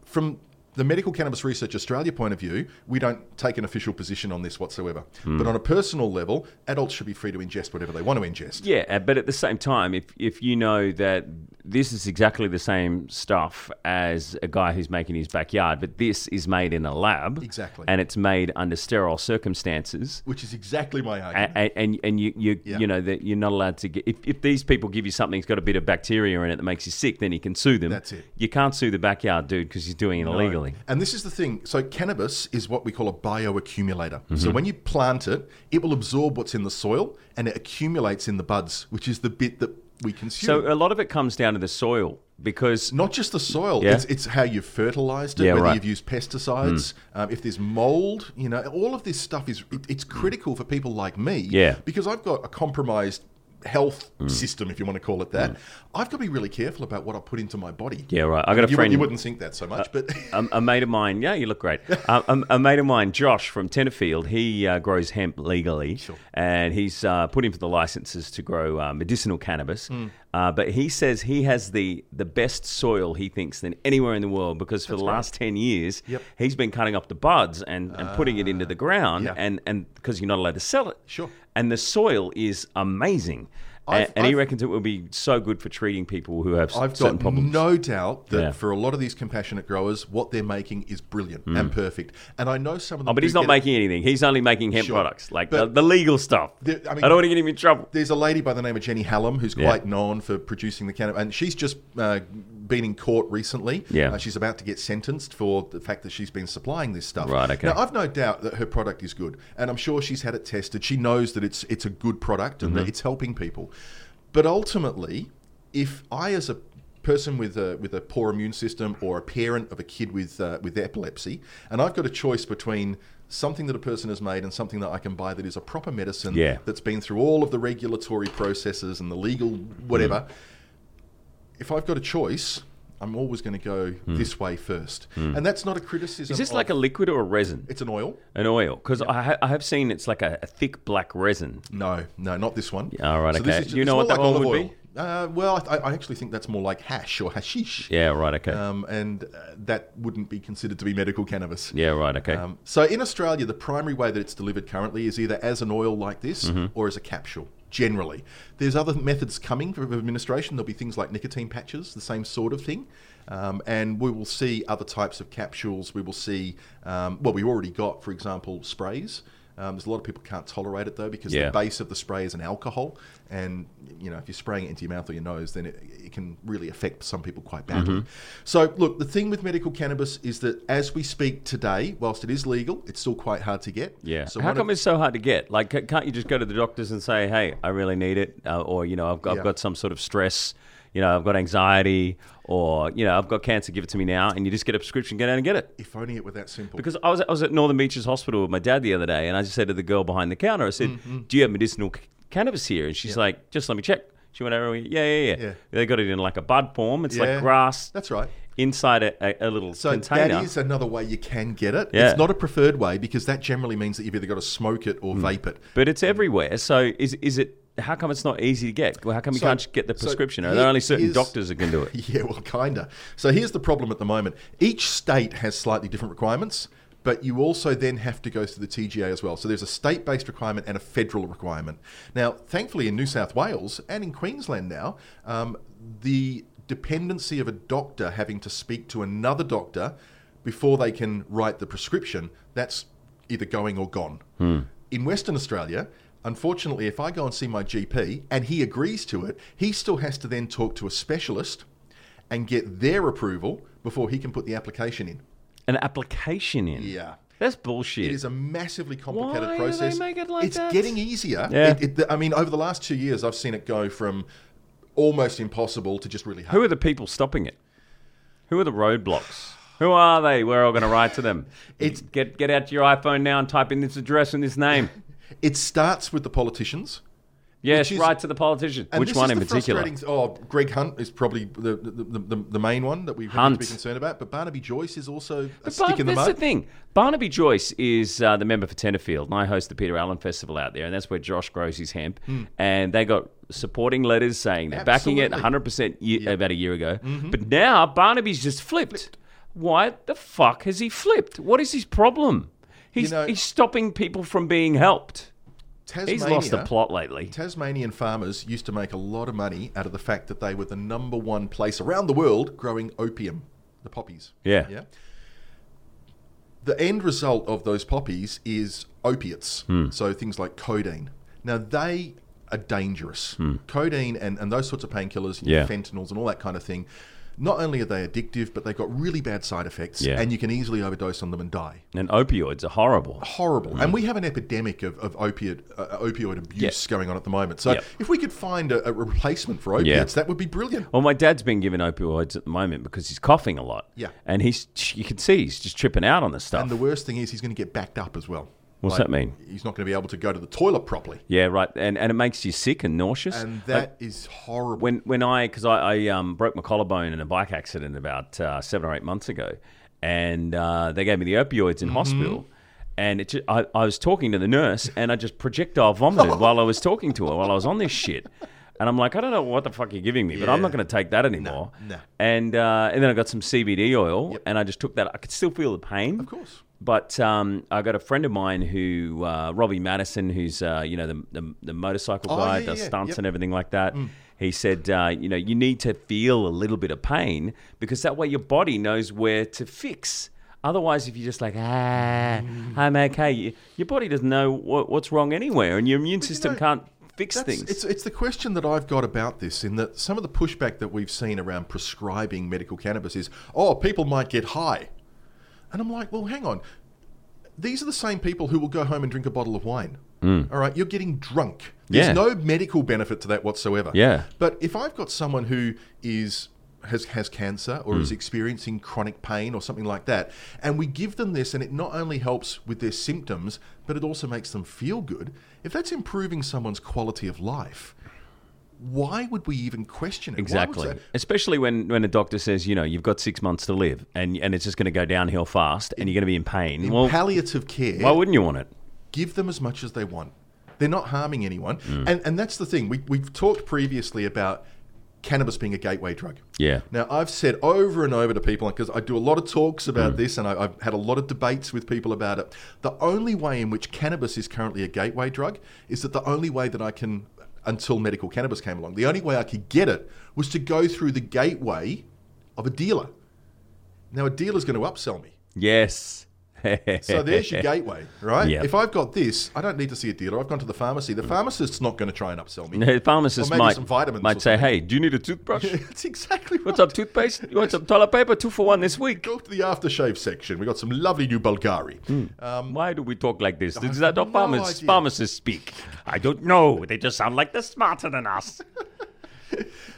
[SPEAKER 3] From the Medical Cannabis Research Australia point of view, we don't take an official position on this whatsoever. But on a personal level, adults should be free to ingest whatever they want to ingest.
[SPEAKER 2] Yeah, uh, but at the same time, if if you know that this is exactly the same stuff as a guy who's making his backyard, but this is made in a lab,
[SPEAKER 3] Exactly.
[SPEAKER 2] and it's made under sterile circumstances,
[SPEAKER 3] Which is exactly my argument.
[SPEAKER 2] and and, and you you
[SPEAKER 3] Mm-hmm. Yeah.
[SPEAKER 2] you know that you're not allowed to get if, if these people give you something that's got a bit of bacteria in it that makes you sick, then you can sue them.
[SPEAKER 3] That's it.
[SPEAKER 2] You can't sue the backyard dude because he's doing it illegally.
[SPEAKER 3] And this is the thing. So cannabis is what we call a bioaccumulator. So
[SPEAKER 2] Mm-hmm.
[SPEAKER 3] when you plant it, it will absorb what's in the soil and it accumulates in the buds, which is the bit that we consume.
[SPEAKER 2] So a lot of it comes down to the soil because
[SPEAKER 3] Not just the soil;
[SPEAKER 2] Yeah.
[SPEAKER 3] it's, it's how you've fertilized it,
[SPEAKER 2] Yeah,
[SPEAKER 3] whether
[SPEAKER 2] right. Mm.
[SPEAKER 3] you've used pesticides, um, if there's mold. You know, all of this stuff is it, it's critical for people like me.
[SPEAKER 2] Yeah. Mm.
[SPEAKER 3] because I've got a compromised health system, if you want to call it that. I've got to be really careful about what I put into my body.
[SPEAKER 2] yeah, right. I got a
[SPEAKER 3] you,
[SPEAKER 2] friend. Uh,
[SPEAKER 3] you wouldn't think that so much, but
[SPEAKER 2] a, a mate of mine, yeah, you look great. Um, a, a mate of mine, Josh from Tenterfield, he uh, grows hemp legally, and he's uh, put in for the licenses to grow uh, medicinal cannabis.
[SPEAKER 3] Hmm.
[SPEAKER 2] Uh, but he says he has the the best soil he thinks than anywhere in the world because for the last ten years,
[SPEAKER 3] Yep. Ah,
[SPEAKER 2] he's been cutting up the buds and, and putting it into the ground,
[SPEAKER 3] yeah.
[SPEAKER 2] and and because you're not allowed to sell it,
[SPEAKER 3] Sure.
[SPEAKER 2] And the soil is amazing. A-
[SPEAKER 3] I've-
[SPEAKER 2] and he
[SPEAKER 3] I've-
[SPEAKER 2] reckons it will be so good for treating people who have s-
[SPEAKER 3] I've
[SPEAKER 2] certain
[SPEAKER 3] got
[SPEAKER 2] problems.
[SPEAKER 3] no doubt that
[SPEAKER 2] Yeah.
[SPEAKER 3] for a lot of these compassionate growers, what they're making is brilliant and perfect. And I know some of them.
[SPEAKER 2] Hmm. Oh, but
[SPEAKER 3] do
[SPEAKER 2] he's not
[SPEAKER 3] get-
[SPEAKER 2] making anything. He's only making hemp
[SPEAKER 3] Sure.
[SPEAKER 2] products, like
[SPEAKER 3] But-
[SPEAKER 2] the, the legal stuff.
[SPEAKER 3] The- I
[SPEAKER 2] I,
[SPEAKER 3] mean-
[SPEAKER 2] don't want to get him in trouble.
[SPEAKER 3] There's a lady by the name of Jenny Hallam who's
[SPEAKER 2] Yeah.
[SPEAKER 3] quite known for producing the cannabis, and she's just uh, been in court recently.
[SPEAKER 2] Yeah.
[SPEAKER 3] Uh, she's about to get sentenced for the fact that she's been supplying this stuff.
[SPEAKER 2] Right, okay.
[SPEAKER 3] Now I've no doubt that her product is good, and I'm sure she's had it tested. She knows that it's it's a good product and
[SPEAKER 2] Mm-hmm.
[SPEAKER 3] that it's helping people. But ultimately, if I as a person with a with a poor immune system or a parent of a kid with uh, with epilepsy, and I've got a choice between something that a person has made and something that I can buy that is a proper medicine
[SPEAKER 2] Yeah.
[SPEAKER 3] that's been through all of the regulatory processes and the legal
[SPEAKER 2] Mm.
[SPEAKER 3] whatever. If I've got a choice, I'm always going to go this way first, and that's not a criticism.
[SPEAKER 2] Mm. Is this
[SPEAKER 3] of-
[SPEAKER 2] like a liquid or a resin?
[SPEAKER 3] It's an oil.
[SPEAKER 2] An oil? Because I, ha- I have seen it's like a, a thick black resin.
[SPEAKER 3] No, no, not this one.
[SPEAKER 2] all right, okay.
[SPEAKER 3] ju-
[SPEAKER 2] Do you know
[SPEAKER 3] it's
[SPEAKER 2] what
[SPEAKER 3] more
[SPEAKER 2] that one
[SPEAKER 3] olive
[SPEAKER 2] would
[SPEAKER 3] Uh, well, I, I actually think that's more like hash or hashish.
[SPEAKER 2] Yeah, right, okay.
[SPEAKER 3] Um, and uh, that wouldn't be considered to be medical cannabis.
[SPEAKER 2] yeah, right, okay.
[SPEAKER 3] Um, so in Australia, the primary way that it's delivered currently is either as an oil like this
[SPEAKER 2] Mm-hmm.
[SPEAKER 3] or as a capsule. Generally, there's other methods coming for administration. There'll be things like nicotine patches, the same sort of thing, um, and we will see other types of capsules. We will see, um, well, we've already got, for example, sprays. Um, there's a lot of people can't tolerate it though because
[SPEAKER 2] Yeah.
[SPEAKER 3] the base of the spray is an alcohol, and you know if you're spraying it into your mouth or your nose, then it, it can really affect some people quite badly.
[SPEAKER 2] Mm-hmm.
[SPEAKER 3] So look, the thing with medical cannabis is that as we speak today, whilst it is legal, it's still quite hard to get.
[SPEAKER 2] yeah.
[SPEAKER 3] So
[SPEAKER 2] How
[SPEAKER 3] one
[SPEAKER 2] come
[SPEAKER 3] of,
[SPEAKER 2] it's so hard to get? Like, ca- can't you just go to the doctors and say, hey, I really need it? Uh, or, you know, I've, I've
[SPEAKER 3] Yeah.
[SPEAKER 2] got some sort of stress. you know, I've got anxiety or, you know, I've got cancer, give it to me now. And you just get a prescription, go down and get it.
[SPEAKER 3] If only it were that simple.
[SPEAKER 2] Because I was, I was at Northern Beaches Hospital with my dad the other day, and I just said to the girl behind the counter, I said,
[SPEAKER 3] Mm,
[SPEAKER 2] Do you have medicinal c- cannabis here? And she's like, Just let me check. She went over, and went, yeah, yeah, yeah,
[SPEAKER 3] Yeah.
[SPEAKER 2] They got it in like a bud form. It's like
[SPEAKER 3] Yeah.
[SPEAKER 2] grass
[SPEAKER 3] That's right.
[SPEAKER 2] inside a, a, a little
[SPEAKER 3] So
[SPEAKER 2] container.
[SPEAKER 3] that is another way you can get it.
[SPEAKER 2] Yeah.
[SPEAKER 3] It's not a preferred way because that generally means that you've either got to smoke it
[SPEAKER 2] Hmm.
[SPEAKER 3] or vape it.
[SPEAKER 2] But it's everywhere. So is is it? How come it's not easy to get? Well, how come you
[SPEAKER 3] So-
[SPEAKER 2] can't just get the
[SPEAKER 3] so
[SPEAKER 2] prescription? Are
[SPEAKER 3] here
[SPEAKER 2] there only certain
[SPEAKER 3] is-
[SPEAKER 2] doctors that can do it?
[SPEAKER 3] Yeah, well, kinda. So here's the problem at the moment. Each state has slightly different requirements, but you also then have to go through the TGA as well. So there's a state-based requirement and a federal requirement. Now, thankfully, in New South Wales and in Queensland now, um, the dependency of a doctor having to speak to another doctor before they can write the prescription that's either going or gone. In Western Australia, unfortunately, if I go and see my GP and he agrees to it, he still has to then talk to a specialist and get their approval before he can put the application in.
[SPEAKER 2] An application in?
[SPEAKER 3] Yeah.
[SPEAKER 2] that's bullshit.
[SPEAKER 3] It is a massively complicated
[SPEAKER 2] Why do they
[SPEAKER 3] process.
[SPEAKER 2] make it like
[SPEAKER 3] it's
[SPEAKER 2] that?
[SPEAKER 3] getting easier.
[SPEAKER 2] Yeah.
[SPEAKER 3] It, it, I mean, over the last two years, I've seen it go from almost impossible to just really hard.
[SPEAKER 2] Who are the people stopping it? Who are the roadblocks? Who are they? We're all going to write to them.
[SPEAKER 3] It's-
[SPEAKER 2] get get out your iPhone now and type in this address and this name.
[SPEAKER 3] It starts with the politicians.
[SPEAKER 2] Yes,
[SPEAKER 3] Which is-
[SPEAKER 2] right to the politician.
[SPEAKER 3] And
[SPEAKER 2] Which
[SPEAKER 3] this
[SPEAKER 2] one
[SPEAKER 3] is
[SPEAKER 2] in
[SPEAKER 3] the
[SPEAKER 2] particular?
[SPEAKER 3] frustrating- Oh, Greg Hunt is probably the the, the, the, the main one that we have
[SPEAKER 2] Hunt.
[SPEAKER 3] to be concerned about. But Barnaby Joyce is also a
[SPEAKER 2] Bar-
[SPEAKER 3] stick in the
[SPEAKER 2] that's
[SPEAKER 3] mud.
[SPEAKER 2] the thing. Barnaby Joyce is uh, the member for Tenterfield, and I host the Peter Allen Festival out there, and that's where Josh grows his hemp. And they got supporting letters saying they're backing it
[SPEAKER 3] Hmm. Absolutely.
[SPEAKER 2] 100%
[SPEAKER 3] Mm-hmm.
[SPEAKER 2] ye- about a year ago. But now Barnaby's just flipped. Why the fuck has he flipped? What is his problem? He's,
[SPEAKER 3] know-
[SPEAKER 2] he's stopping people from being helped.
[SPEAKER 3] Tasmania,
[SPEAKER 2] He's lost the plot lately.
[SPEAKER 3] Tasmanian farmers used to make a lot of money out of the fact that they were the number one place around the world growing opium, the poppies.
[SPEAKER 2] Yeah.
[SPEAKER 3] Yeah. The end result of those poppies is opiates,
[SPEAKER 2] Hmm.
[SPEAKER 3] so things like codeine. Now they are dangerous. Codeine and, and those sorts of painkillers, you know,
[SPEAKER 2] Hmm. Yeah.
[SPEAKER 3] fentanyls and all that kind of thing. Not only are they addictive, but they've got really bad side effects,
[SPEAKER 2] Yeah.
[SPEAKER 3] and you can easily overdose on them and die
[SPEAKER 2] And opioids are horrible.
[SPEAKER 3] horrible. And we have an epidemic of, of opiate uh, opioid abuse going on at the moment. So
[SPEAKER 2] Yep.
[SPEAKER 3] if we could find a, a replacement for opiates, that would be brilliant.
[SPEAKER 2] Well, my dad's been given opioids at the moment because he's coughing a lot.
[SPEAKER 3] Yeah.
[SPEAKER 2] And he's you can see he's just tripping out on this stuff.
[SPEAKER 3] And the worst thing is he's going to get backed up as well.
[SPEAKER 2] What's that mean?
[SPEAKER 3] He's not going to be able to go to the toilet properly.
[SPEAKER 2] Yeah, right. And and it makes you sick and nauseous.
[SPEAKER 3] And
[SPEAKER 2] Like,
[SPEAKER 3] that is horrible.
[SPEAKER 2] when when I because I, I um, broke my collarbone in a bike accident about uh, seven or eight months ago, and uh, they gave me the opioids in
[SPEAKER 3] Mm-hmm.
[SPEAKER 2] hospital. And it just, I, I was talking to the nurse, and I just projectile vomited while I was talking to her while I was on this shit. And I'm like, I don't know what the fuck you're giving me, but I'm not going to take that anymore.
[SPEAKER 3] no.
[SPEAKER 2] And uh, and then I got some CBD oil, and I just took that. I could still feel the pain, of
[SPEAKER 3] course.
[SPEAKER 2] but um, I got a friend of mine who uh, Robbie Madison, who's uh, you know the, the, the motorcycle
[SPEAKER 3] Oh,
[SPEAKER 2] guy,
[SPEAKER 3] yeah,
[SPEAKER 2] does
[SPEAKER 3] yeah, yeah.
[SPEAKER 2] stunts
[SPEAKER 3] Yep.
[SPEAKER 2] and everything like that.
[SPEAKER 3] Mm.
[SPEAKER 2] He said, uh, you know, you need to feel a little bit of pain because that way your body knows where to fix. Otherwise, if you're just like, ah,
[SPEAKER 3] Mm.
[SPEAKER 2] I'm okay, you, your body doesn't know what, what's wrong anywhere, and your immune system
[SPEAKER 3] know,
[SPEAKER 2] can't fix
[SPEAKER 3] That's-
[SPEAKER 2] things.
[SPEAKER 3] It's, it's the question that I've got about this, in that some of the pushback that we've seen around prescribing medical cannabis is, oh, people might get high. And I'm like, well, hang on. These are the same people who will go home and drink a bottle of wine. All right, you're getting drunk. There's
[SPEAKER 2] Hmm. Yeah.
[SPEAKER 3] no medical benefit to that whatsoever.
[SPEAKER 2] Yeah.
[SPEAKER 3] But if I've got someone who is has has cancer or
[SPEAKER 2] Hmm.
[SPEAKER 3] is experiencing chronic pain or something like that, and we give them this, and it not only helps with their symptoms, but it also makes them feel good. If that's improving someone's quality of life, why would we even question it? Why would
[SPEAKER 2] Exactly.
[SPEAKER 3] that-
[SPEAKER 2] Especially when, when a doctor says, you know, you've got six months to live and, and it's just going to go downhill fast and you're going to be in pain. well,
[SPEAKER 3] palliative care.
[SPEAKER 2] why wouldn't you want it?
[SPEAKER 3] give them as much as they want. They're not harming anyone.
[SPEAKER 2] Hmm.
[SPEAKER 3] And, and that's the thing. We, we've talked previously about cannabis being a gateway drug.
[SPEAKER 2] Yeah.
[SPEAKER 3] Now, I've said over and over to people, because I do a lot of talks
[SPEAKER 2] Mm.
[SPEAKER 3] about this and I, I've had a lot of debates with people about it. The only way in which cannabis is currently a gateway drug is that the only way that I can, until medical cannabis came along, the only way I could get it was to go through the gateway of a dealer. Now, a dealer's going to upsell me.
[SPEAKER 2] Yes.
[SPEAKER 3] So there's your gateway, right?
[SPEAKER 2] Yeah. Mm.
[SPEAKER 3] If I've got this, I don't need to see a dealer. I've gone to the pharmacy. The pharmacist's not going to try and upsell me.
[SPEAKER 2] The pharmacist
[SPEAKER 3] Or maybe
[SPEAKER 2] might,
[SPEAKER 3] some vitamins
[SPEAKER 2] might
[SPEAKER 3] or
[SPEAKER 2] say, hey, do you need a toothbrush?
[SPEAKER 3] That's exactly right.
[SPEAKER 2] What's up, toothpaste? You want some toilet paper? Two for one this week.
[SPEAKER 3] Go to the aftershave section. We got some lovely new Bulgari.
[SPEAKER 2] Mm. Why do we talk like this? Is
[SPEAKER 3] Um, have
[SPEAKER 2] that how
[SPEAKER 3] no
[SPEAKER 2] pharmacists,
[SPEAKER 3] idea.
[SPEAKER 2] pharmacists speak? I don't know. They just sound like they're smarter than us.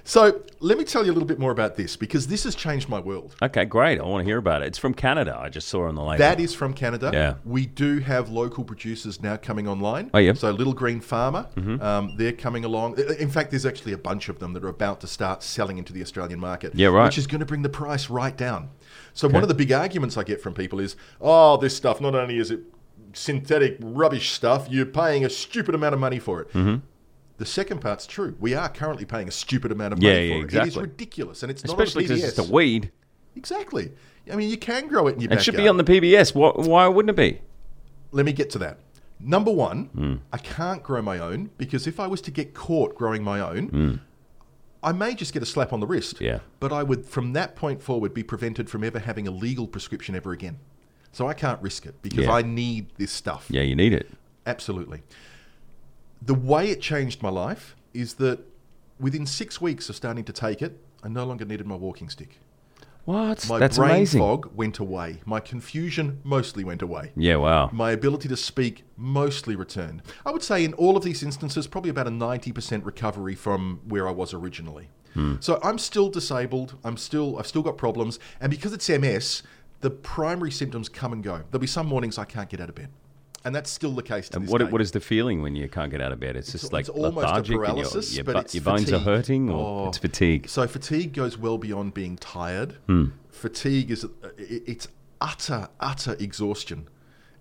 [SPEAKER 3] So let me tell you a little bit more about this because this has changed my world.
[SPEAKER 2] Okay, great. I want to hear about it. It's from Canada. I just saw on the label.
[SPEAKER 3] That is from Canada.
[SPEAKER 2] Yeah.
[SPEAKER 3] We do have local producers now coming online.
[SPEAKER 2] Oh, yeah. Mm-hmm.
[SPEAKER 3] So Little Green Farmer, um, they're coming along. I- In fact, there's actually a bunch of them that are about to start selling into the Australian market.
[SPEAKER 2] Yeah, right.
[SPEAKER 3] Which is going to bring the price right down. So one of the big arguments I get from people is, oh, this stuff, not only is it synthetic rubbish stuff, you're paying a stupid amount of money for it.
[SPEAKER 2] Mm-hmm.
[SPEAKER 3] The second part's true. We are currently paying a stupid amount of money
[SPEAKER 2] Yeah, yeah,
[SPEAKER 3] for it. It is
[SPEAKER 2] exactly.
[SPEAKER 3] ridiculous, and it's
[SPEAKER 2] Especially
[SPEAKER 3] not on
[SPEAKER 2] because it's a
[SPEAKER 3] PBS.
[SPEAKER 2] weed.
[SPEAKER 3] Exactly. I mean, you can grow it in your
[SPEAKER 2] It
[SPEAKER 3] backyard.
[SPEAKER 2] should be on the PBS. Why, why wouldn't it be?
[SPEAKER 3] Let me get to that. Number one,
[SPEAKER 2] Hmm.
[SPEAKER 3] I can't grow my own because if I was to get caught growing my own, I may just get a slap on the wrist.
[SPEAKER 2] Hmm. Yeah.
[SPEAKER 3] But I would, from that point forward, be prevented from ever having a legal prescription ever again. So I can't risk it because
[SPEAKER 2] Yeah.
[SPEAKER 3] I need this stuff.
[SPEAKER 2] Yeah, you need it.
[SPEAKER 3] Absolutely. The way it changed my life is that within six weeks of starting to take it, I no longer needed my walking stick.
[SPEAKER 2] What?
[SPEAKER 3] My
[SPEAKER 2] That's
[SPEAKER 3] brain
[SPEAKER 2] amazing.
[SPEAKER 3] fog went away. My confusion mostly went away.
[SPEAKER 2] Yeah, wow.
[SPEAKER 3] My ability to speak mostly returned. I would say in all of these instances, probably about a 90% recovery from where I was originally.
[SPEAKER 2] Hmm.
[SPEAKER 3] So I'm still disabled. I'm still I've still got problems, and because it's MS, the primary symptoms come and go. There'll be some mornings I can't get out of bed, and that's still the case. To
[SPEAKER 2] And
[SPEAKER 3] this
[SPEAKER 2] what,
[SPEAKER 3] day.
[SPEAKER 2] what is the feeling when you can't get out of bed? It's just like
[SPEAKER 3] it's almost a
[SPEAKER 2] lethargic and your-
[SPEAKER 3] paralysis,
[SPEAKER 2] your,
[SPEAKER 3] but
[SPEAKER 2] bu-
[SPEAKER 3] it's
[SPEAKER 2] your bones are
[SPEAKER 3] fatigue.
[SPEAKER 2] hurting or
[SPEAKER 3] Oh.
[SPEAKER 2] it's fatigue.
[SPEAKER 3] So fatigue goes well beyond being tired.
[SPEAKER 2] Hmm.
[SPEAKER 3] Fatigue is uh, i- it's utter utter exhaustion.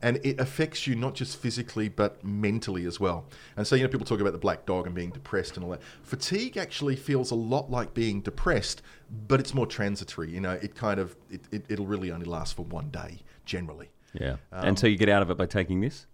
[SPEAKER 3] And it affects you not just physically but mentally as well. And so you know people talk about the black dog and being depressed and all that. Fatigue actually feels a lot like being depressed, but it's more transitory. You know, it kind of it, it, it'll really only last for one day generally.
[SPEAKER 2] Yeah.
[SPEAKER 3] Um,
[SPEAKER 2] and so you get out of it by taking this?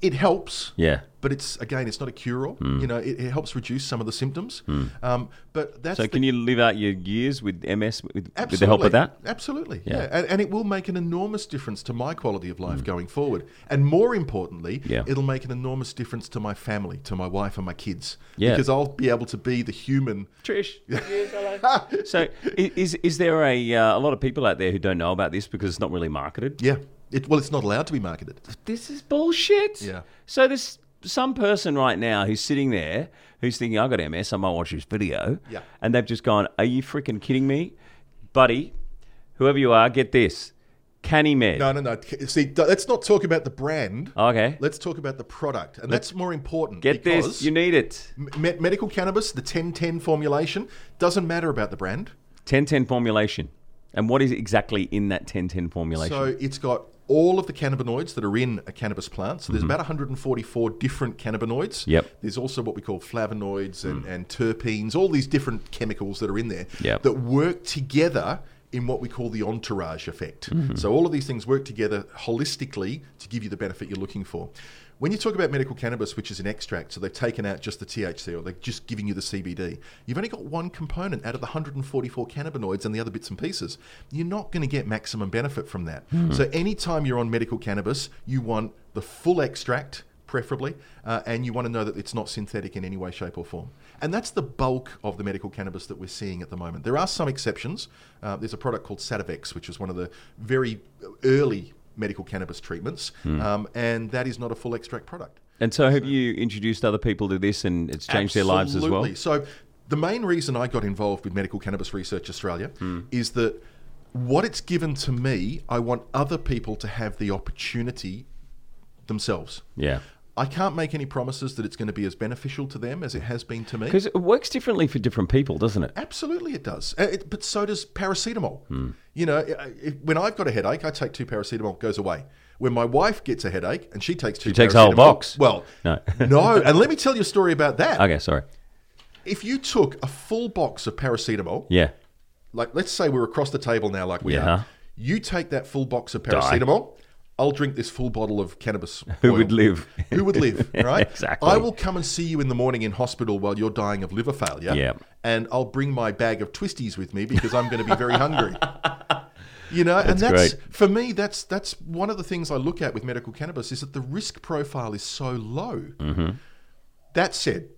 [SPEAKER 3] It helps.
[SPEAKER 2] Yeah. Hmm.
[SPEAKER 3] But it's again, it's not a cure-all. You know, it, it helps reduce some of the symptoms. Um, but that's
[SPEAKER 2] So
[SPEAKER 3] the
[SPEAKER 2] can you live out your years with MS with,
[SPEAKER 3] Absolutely.
[SPEAKER 2] with the help of that?
[SPEAKER 3] Absolutely.
[SPEAKER 2] Yeah. Mm.
[SPEAKER 3] Yeah. And, and it will make an enormous difference to my quality of life going forward. And more importantly,
[SPEAKER 2] Yeah.
[SPEAKER 3] it'll make an enormous difference to my family, to my wife and my kids.
[SPEAKER 2] Yeah.
[SPEAKER 3] Because I'll be able to be the human.
[SPEAKER 2] Trish. so i- is is there a uh, a lot of people out there who don't know about this because it's not really marketed?
[SPEAKER 3] Yeah. It, well, it's not allowed to be marketed.
[SPEAKER 2] This is bullshit.
[SPEAKER 3] Yeah.
[SPEAKER 2] So there's some person right now who's sitting there who's thinking I got MS, I might watch this video.
[SPEAKER 3] Yeah.
[SPEAKER 2] And they've just gone, "Are you freaking kidding me, buddy? Whoever you are, get this, Canimed."
[SPEAKER 3] No, no, no. See, d- let's not talk about the brand.
[SPEAKER 2] Okay.
[SPEAKER 3] Let's talk about the product. And that's more important.
[SPEAKER 2] Oh. Get
[SPEAKER 3] because
[SPEAKER 2] this. You need it.
[SPEAKER 3] me- medical cannabis, the 1010 formulation, doesn't matter about the brand.
[SPEAKER 2] 1010 formulation. And what is exactly in that 1010 formulation?
[SPEAKER 3] So it's got all of the cannabinoids that are in a cannabis plant. So there's about 144 different cannabinoids.
[SPEAKER 2] Yep.
[SPEAKER 3] There's also what we call flavonoids and, and terpenes, all these different chemicals that are in there
[SPEAKER 2] Yep.
[SPEAKER 3] that work together in what we call the entourage effect. So all of these things work together holistically to give you the benefit you're looking for. When you talk about medical cannabis, which is an extract, so they've taken out just the THC or they're just giving you the CBD, you've only got one component out of the 144 cannabinoids and the other bits and pieces. You're not going to get maximum benefit from that. So anytime you're on medical cannabis, you want the full extract, preferably, uh, and you want to know that it's not synthetic in any way, shape, or form. And that's the bulk of the medical cannabis that we're seeing at the moment. There are some exceptions. Uh, there's a product called Sativex, which is one of the very early medical cannabis treatments,
[SPEAKER 2] Hmm.
[SPEAKER 3] um, and that is not a full extract product.
[SPEAKER 2] and so have you introduced other people to this and it's changed their lives as well?
[SPEAKER 3] Absolutely. So, the main reason I got involved with Medical Cannabis Research Australia
[SPEAKER 2] Hmm.
[SPEAKER 3] is that what it's given to me, I want other people to have the opportunity themselves.
[SPEAKER 2] Yeah.
[SPEAKER 3] I can't make any promises that it's going to be as beneficial to them as it has been to me.
[SPEAKER 2] Because it works differently for different people, doesn't it?
[SPEAKER 3] Absolutely, it does. Uh, it- but so does paracetamol.
[SPEAKER 2] Hmm.
[SPEAKER 3] You know, i i when I've got a headache, I take two paracetamol, it goes away. When my wife gets a headache and she takes two, she
[SPEAKER 2] takes a whole box.
[SPEAKER 3] Well,
[SPEAKER 2] No.
[SPEAKER 3] no. And let me tell you a story about that.
[SPEAKER 2] Okay, sorry.
[SPEAKER 3] If you took a full box of paracetamol,
[SPEAKER 2] Yeah.
[SPEAKER 3] like let's say we're across the table now, like we
[SPEAKER 2] Yeah.
[SPEAKER 3] are, you take that full box of paracetamol. I'll drink this full bottle of cannabis.
[SPEAKER 2] Who
[SPEAKER 3] oil.
[SPEAKER 2] would live?
[SPEAKER 3] Who would live, right?
[SPEAKER 2] Exactly.
[SPEAKER 3] I will come and see you in the morning in hospital while you're dying of liver failure.
[SPEAKER 2] Yeah.
[SPEAKER 3] And I'll bring my bag of twisties with me because I'm going to be very hungry. You know, and that's
[SPEAKER 2] great.
[SPEAKER 3] for me. That's that's one of the things I look at with medical cannabis is that the risk profile is so low. That said,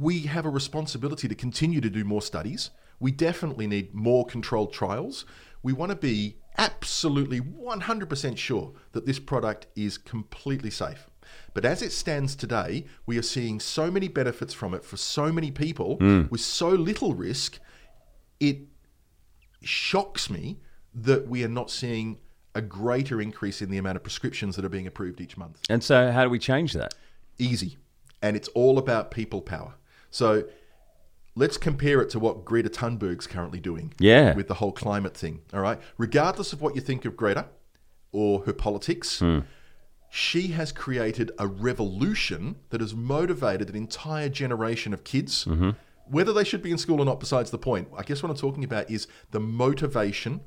[SPEAKER 3] we have a responsibility to continue to do more studies. We definitely need more controlled trials. We want to be absolutely 100% sure that this product is completely safe. But as it stands today, we are seeing so many benefits from it for so many people with so little risk. It shocks me that we are not seeing a greater increase in the amount of prescriptions that are being approved each month.
[SPEAKER 2] And so, how do we change that?
[SPEAKER 3] Easy. And it's all about people power. So let's compare it to what Greta Thunberg's currently doing
[SPEAKER 2] Yeah.
[SPEAKER 3] with the whole climate thing. All right. Regardless of what you think of Greta or her politics,
[SPEAKER 2] Hmm.
[SPEAKER 3] she has created a revolution that has motivated an entire generation of kids.
[SPEAKER 2] Mm-hmm.
[SPEAKER 3] Whether they should be in school or not, besides the point, I guess what I'm talking about is the motivation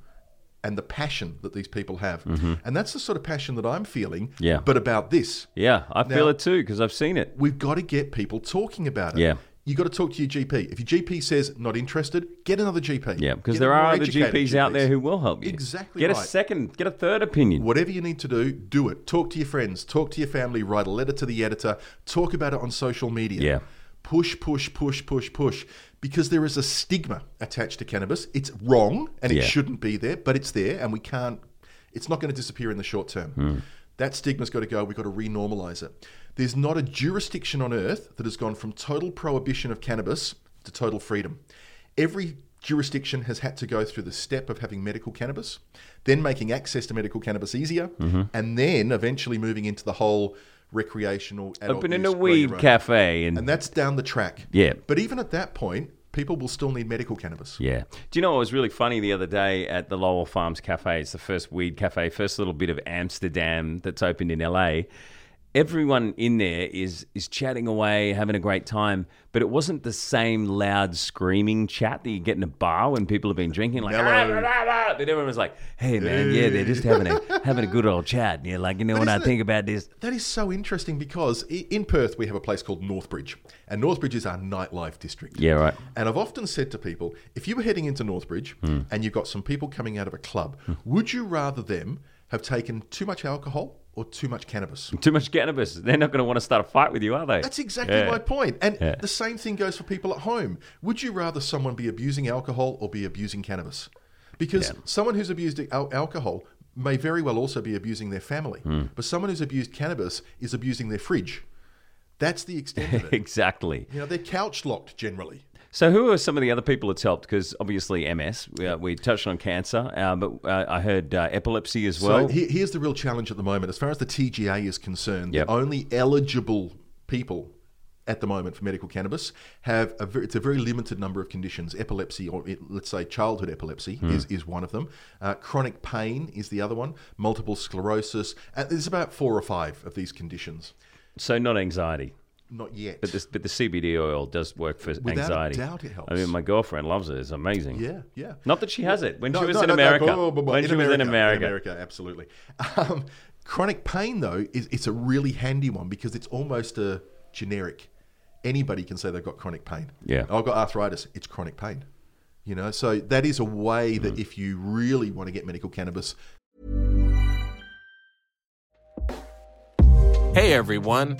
[SPEAKER 3] and the passion that these people have. And that's the sort of passion that I'm feeling,
[SPEAKER 2] Mm-hmm. Yeah.
[SPEAKER 3] but about this.
[SPEAKER 2] Yeah, I feel
[SPEAKER 3] Now-
[SPEAKER 2] it too because I've seen it.
[SPEAKER 3] We've got to get people talking about it.
[SPEAKER 2] Yeah.
[SPEAKER 3] You got to talk to your GP. If your GP says not interested, get another GP.
[SPEAKER 2] Yeah, because
[SPEAKER 3] Get
[SPEAKER 2] there
[SPEAKER 3] a more
[SPEAKER 2] are other GPs,
[SPEAKER 3] educated
[SPEAKER 2] out there who will help you.
[SPEAKER 3] Exactly
[SPEAKER 2] Get a
[SPEAKER 3] right.
[SPEAKER 2] second, get a third opinion.
[SPEAKER 3] Whatever you need to do, do it. Talk to your friends, talk to your family, write a letter to the editor, talk about it on social media.
[SPEAKER 2] Yeah.
[SPEAKER 3] Push, push, push, push, push. Because there is a stigma attached to cannabis. It's wrong and
[SPEAKER 2] Yeah.
[SPEAKER 3] it shouldn't be there, but it's there and we can't, it's not going to disappear in the short term.
[SPEAKER 2] Hmm.
[SPEAKER 3] That stigma's got to go. We've got to renormalize it. There's not a jurisdiction on earth that has gone from total prohibition of cannabis to total freedom. Every jurisdiction has had to go through the step of having medical cannabis, then making access to medical cannabis easier,
[SPEAKER 2] Mm-hmm.
[SPEAKER 3] and then eventually moving into the whole recreational adult
[SPEAKER 2] Opening
[SPEAKER 3] use,
[SPEAKER 2] a
[SPEAKER 3] grow your
[SPEAKER 2] weed
[SPEAKER 3] own.
[SPEAKER 2] cafe and,
[SPEAKER 3] And that's down the track.
[SPEAKER 2] Yeah.
[SPEAKER 3] But even at that point, people will still need medical cannabis.
[SPEAKER 2] Yeah. Do you know what was really funny the other day at the Lowell Farms Cafe? It's the first weed cafe, first little bit of Amsterdam that's opened in LA. Everyone in there is is chatting away, having a great time, but it wasn't the same loud screaming chat that you get in a bar when people have been drinking. Like,
[SPEAKER 3] Mellow.
[SPEAKER 2] "Ah, blah, blah, blah," but everyone was like, "Hey man, yeah, they're just having a having a good old chat." And you're like, you know, when I
[SPEAKER 3] isn't it-
[SPEAKER 2] think about this,
[SPEAKER 3] That is so interesting because i- in Perth we have a place called Northbridge, and Northbridge is our nightlife district.
[SPEAKER 2] Yeah, right.
[SPEAKER 3] And I've often said to people, if you were heading into Northbridge
[SPEAKER 2] Hmm.
[SPEAKER 3] and you've got some people coming out of a club, would you rather them have taken too much alcohol or too much cannabis?
[SPEAKER 2] too much cannabis. They're not going to want to start a fight with you, are they?
[SPEAKER 3] That's exactly
[SPEAKER 2] Yeah.
[SPEAKER 3] my point. And the same thing goes for people at home. Would you rather someone be abusing alcohol or be abusing cannabis? Because someone who's abused al- alcohol may very well also be abusing their family.
[SPEAKER 2] Hmm.
[SPEAKER 3] But someone who's abused cannabis is abusing their fridge. That's the extent of it.
[SPEAKER 2] exactly.
[SPEAKER 3] you know, they're couch locked generally.
[SPEAKER 2] So, who are some of the other people it's helped? Because obviously, MS, we, uh, we touched on cancer, uh, but uh, I heard uh, epilepsy as well.
[SPEAKER 3] So he- here's the real challenge at the moment. As far as the TGA is concerned,
[SPEAKER 2] Yep.
[SPEAKER 3] the only eligible people at the moment for medical cannabis have a very, it's a very limited number of conditions. Epilepsy, or it, let's say childhood epilepsy,
[SPEAKER 2] Hmm.
[SPEAKER 3] is, is one of them. Uh, chronic pain is the other one. Multiple sclerosis. Uh, there's about four or five of these conditions.
[SPEAKER 2] so, not anxiety.
[SPEAKER 3] Not yet.
[SPEAKER 2] But, this, but the CBD oil does work for
[SPEAKER 3] a
[SPEAKER 2] anxiety.
[SPEAKER 3] doubt it helps.
[SPEAKER 2] I mean, my girlfriend loves it. It's amazing.
[SPEAKER 3] yeah, yeah.
[SPEAKER 2] Not that she has it. When
[SPEAKER 3] No,
[SPEAKER 2] she was
[SPEAKER 3] no,
[SPEAKER 2] in
[SPEAKER 3] no, no,
[SPEAKER 2] America.
[SPEAKER 3] blah, blah, blah,
[SPEAKER 2] when she was in America.
[SPEAKER 3] America, absolutely. Um, chronic pain, though, is it's a really handy one because it's almost a generic. Anybody can say they've got chronic pain.
[SPEAKER 2] Yeah.
[SPEAKER 3] I've got arthritis. It's chronic pain. You know, so that is a way that
[SPEAKER 2] Mm.
[SPEAKER 3] if you really want to get medical cannabis,
[SPEAKER 4] Hey everyone,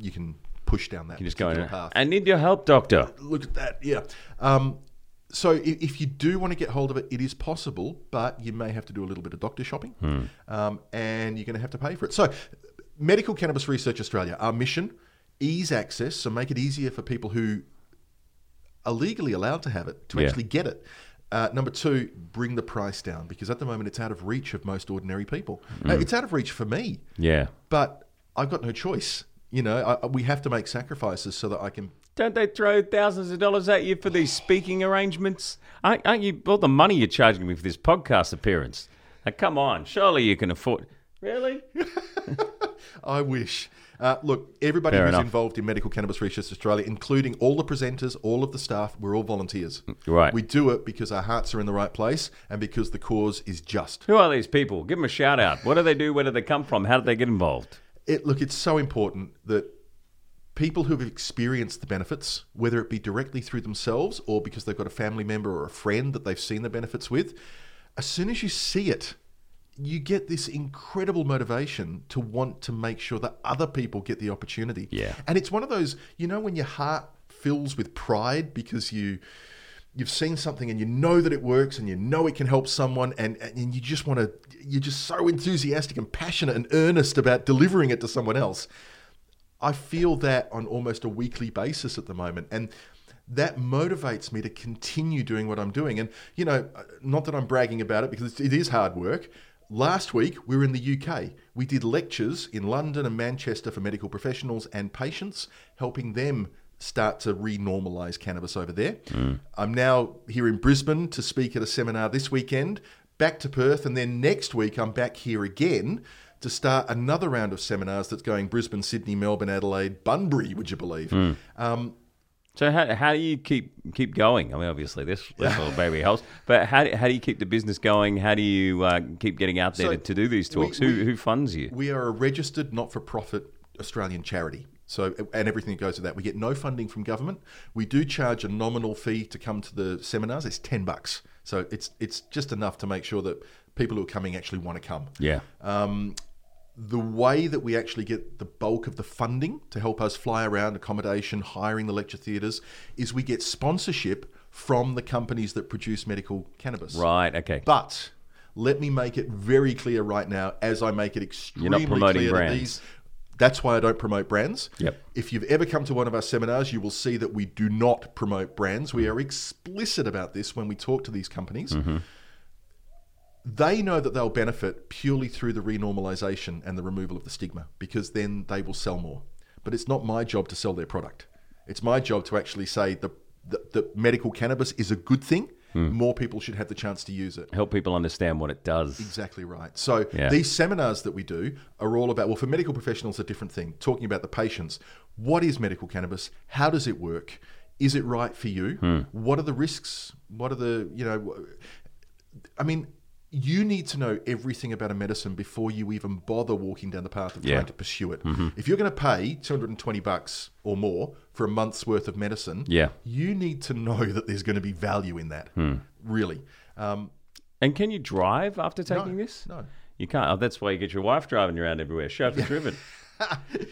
[SPEAKER 3] you can push down that
[SPEAKER 2] You just go
[SPEAKER 3] particular
[SPEAKER 2] in.
[SPEAKER 3] path.
[SPEAKER 2] I need your help, doctor.
[SPEAKER 3] look at that. Yeah. Um, so if, if you do want to get hold of it, it is possible, but you may have to do a little bit of doctor shopping, um, and you're going to have to pay for it. So, Medical Cannabis Research Australia, our mission: ease access, so make it easier for people who are legally allowed to have it to
[SPEAKER 2] Yeah.
[SPEAKER 3] actually get it. Uh, number two, bring the price down because at the moment it's out of reach of most ordinary people. Uh, It's out of reach for me
[SPEAKER 2] Yeah.
[SPEAKER 3] but I've got no choice. You know, I, I- we have to make sacrifices so that I can.
[SPEAKER 2] Don't they throw thousands of dollars at you for these speaking arrangements? Aren't, aren't you all the money you're charging me for this podcast appearance? Now, come on, surely you can afford. Really?
[SPEAKER 3] I wish. Uh, look, everybody
[SPEAKER 2] Fair
[SPEAKER 3] who's
[SPEAKER 2] enough.
[SPEAKER 3] involved in Medical Cannabis Research Australia, including all the presenters, all of the staff, we're all volunteers.
[SPEAKER 2] Right.
[SPEAKER 3] We do it because our hearts are in the right place and because the cause is just.
[SPEAKER 2] Who are these people? Give them a shout out. What do they do? Where do they come from? How did they get involved?
[SPEAKER 3] it look it's so important that people who've experienced the benefits whether it be directly through themselves or because they've got a family member or a friend that they've seen the benefits with as soon as you see it you get this incredible motivation to want to make sure that other people get the opportunity
[SPEAKER 2] Yeah.
[SPEAKER 3] and it's one of those you know when your heart fills with pride because you you've seen something and you know that it works and you know it can help someone and, and you just want to you're just so enthusiastic and passionate and earnest about delivering it to someone else i feel that on almost a weekly basis at the moment and that motivates me to continue doing what i'm doing and you know not that i'm bragging about it because it is hard work last week we were in the uk we did lectures in london and manchester for medical professionals and patients helping them start to re-normalize cannabis over there. I'm now here in Brisbane to speak at a seminar this weekend, back to Perth, and then next week I'm back here again to start another round of seminars that's going Brisbane, Sydney, Melbourne, Adelaide, Bunbury, would you believe? Um,
[SPEAKER 2] So how, how do you keep keep going? I mean, obviously this, this little baby helps, but how do, how do you keep the business going? How do you uh, keep getting out there
[SPEAKER 3] So
[SPEAKER 2] to, to do these
[SPEAKER 3] we-
[SPEAKER 2] talks?
[SPEAKER 3] we-
[SPEAKER 2] who who funds you?
[SPEAKER 3] we are a registered not-for-profit Australian charity. So, and everything that goes with that. We get no funding from government. We do charge a nominal fee to come to the seminars. It's 10 bucks. So it's, it's just enough to make sure that people who are coming actually want to come.
[SPEAKER 2] yeah,
[SPEAKER 3] the way that we actually get the bulk of the funding to help us fly around accommodation, hiring the lecture theatres, is we get sponsorship from the companies that produce medical cannabis.
[SPEAKER 2] right. Okay.
[SPEAKER 3] But let me make it very clear right now, as I make it extremely
[SPEAKER 2] not promoting
[SPEAKER 3] clear
[SPEAKER 2] brands.
[SPEAKER 3] that these. That's why I don't promote brands.
[SPEAKER 2] Yep.
[SPEAKER 3] If you've ever come to one of our seminars, you will see that we do not promote brands. We are explicit about this when we talk to these companies
[SPEAKER 2] Mm-hmm.
[SPEAKER 3] they know that they'll benefit purely through the renormalization and the removal of the stigma because then they will sell more. But it's not my job to sell their product. It's my job to actually say the, the, the medical cannabis is a good thing.
[SPEAKER 2] Hmm.
[SPEAKER 3] More people should have the chance to use it.
[SPEAKER 2] Help people understand what it does.
[SPEAKER 3] Exactly right. So
[SPEAKER 2] Yeah.
[SPEAKER 3] these seminars that we do are all about well, for medical professionals, a different thing. Talking about the patients, what is medical cannabis? How does it work? Is it right for you?
[SPEAKER 2] Hmm.
[SPEAKER 3] What are the risks? What are the you know? wh- I mean, you need to know everything about a medicine before you even bother walking down the path of
[SPEAKER 2] Yeah. Mm-hmm.
[SPEAKER 3] trying to pursue it. If you're going to pay 220 bucks or more for a month's worth of medicine,
[SPEAKER 2] Yeah. Hmm.
[SPEAKER 3] you need to know that there's going to be value in that. Really. Um,
[SPEAKER 2] And can you drive after taking this?
[SPEAKER 3] no.
[SPEAKER 2] You can't. Oh, that's why you get your wife driving you around everywhere, chauffeur driven.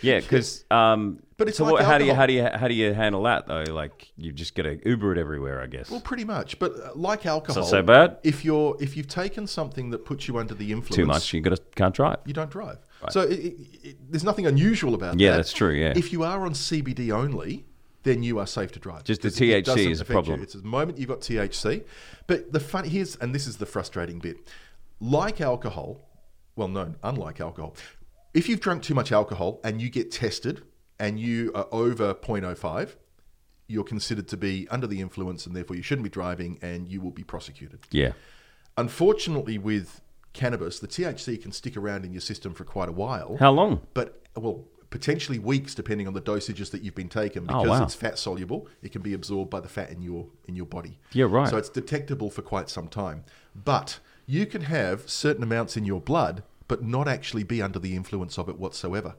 [SPEAKER 2] yeah, because. Um,
[SPEAKER 3] But it's
[SPEAKER 2] so
[SPEAKER 3] like
[SPEAKER 2] what, how do you
[SPEAKER 3] alcohol.
[SPEAKER 2] how do you how do you handle that though? Like you just got to Uber it everywhere, I guess.
[SPEAKER 3] Well, pretty much, but uh, like alcohol,
[SPEAKER 2] so bad?
[SPEAKER 3] If you're if you've taken something that puts you under the influence
[SPEAKER 2] Too much, you got to can't drive.
[SPEAKER 3] you don't drive. So it, it, it, there's nothing unusual about
[SPEAKER 2] Yeah,
[SPEAKER 3] that.
[SPEAKER 2] that's true, yeah.
[SPEAKER 3] if you are on CBD only, then you are safe to drive.
[SPEAKER 2] Just the
[SPEAKER 3] Because it- it
[SPEAKER 2] THC
[SPEAKER 3] doesn't
[SPEAKER 2] is a
[SPEAKER 3] affect you.
[SPEAKER 2] problem.
[SPEAKER 3] It's the moment you've got THC. But the fun here's and this is the frustrating bit. Like alcohol, well, no, unlike alcohol, if you've drunk too much alcohol and you get tested and you are over 0.05. You're considered to be under the influence, and therefore you shouldn't be driving, and you will be prosecuted.
[SPEAKER 2] Yeah.
[SPEAKER 3] Unfortunately, with cannabis, the THC can stick around in your system for quite a while.
[SPEAKER 2] How long?
[SPEAKER 3] But well, potentially weeks, depending on the dosages that you've been taken, because
[SPEAKER 2] Oh, wow.
[SPEAKER 3] it's fat soluble. It can be absorbed by the fat in your in your body.
[SPEAKER 2] Yeah, right.
[SPEAKER 3] So it's detectable for quite some time. But you can have certain amounts in your blood, but not actually be under the influence of it whatsoever.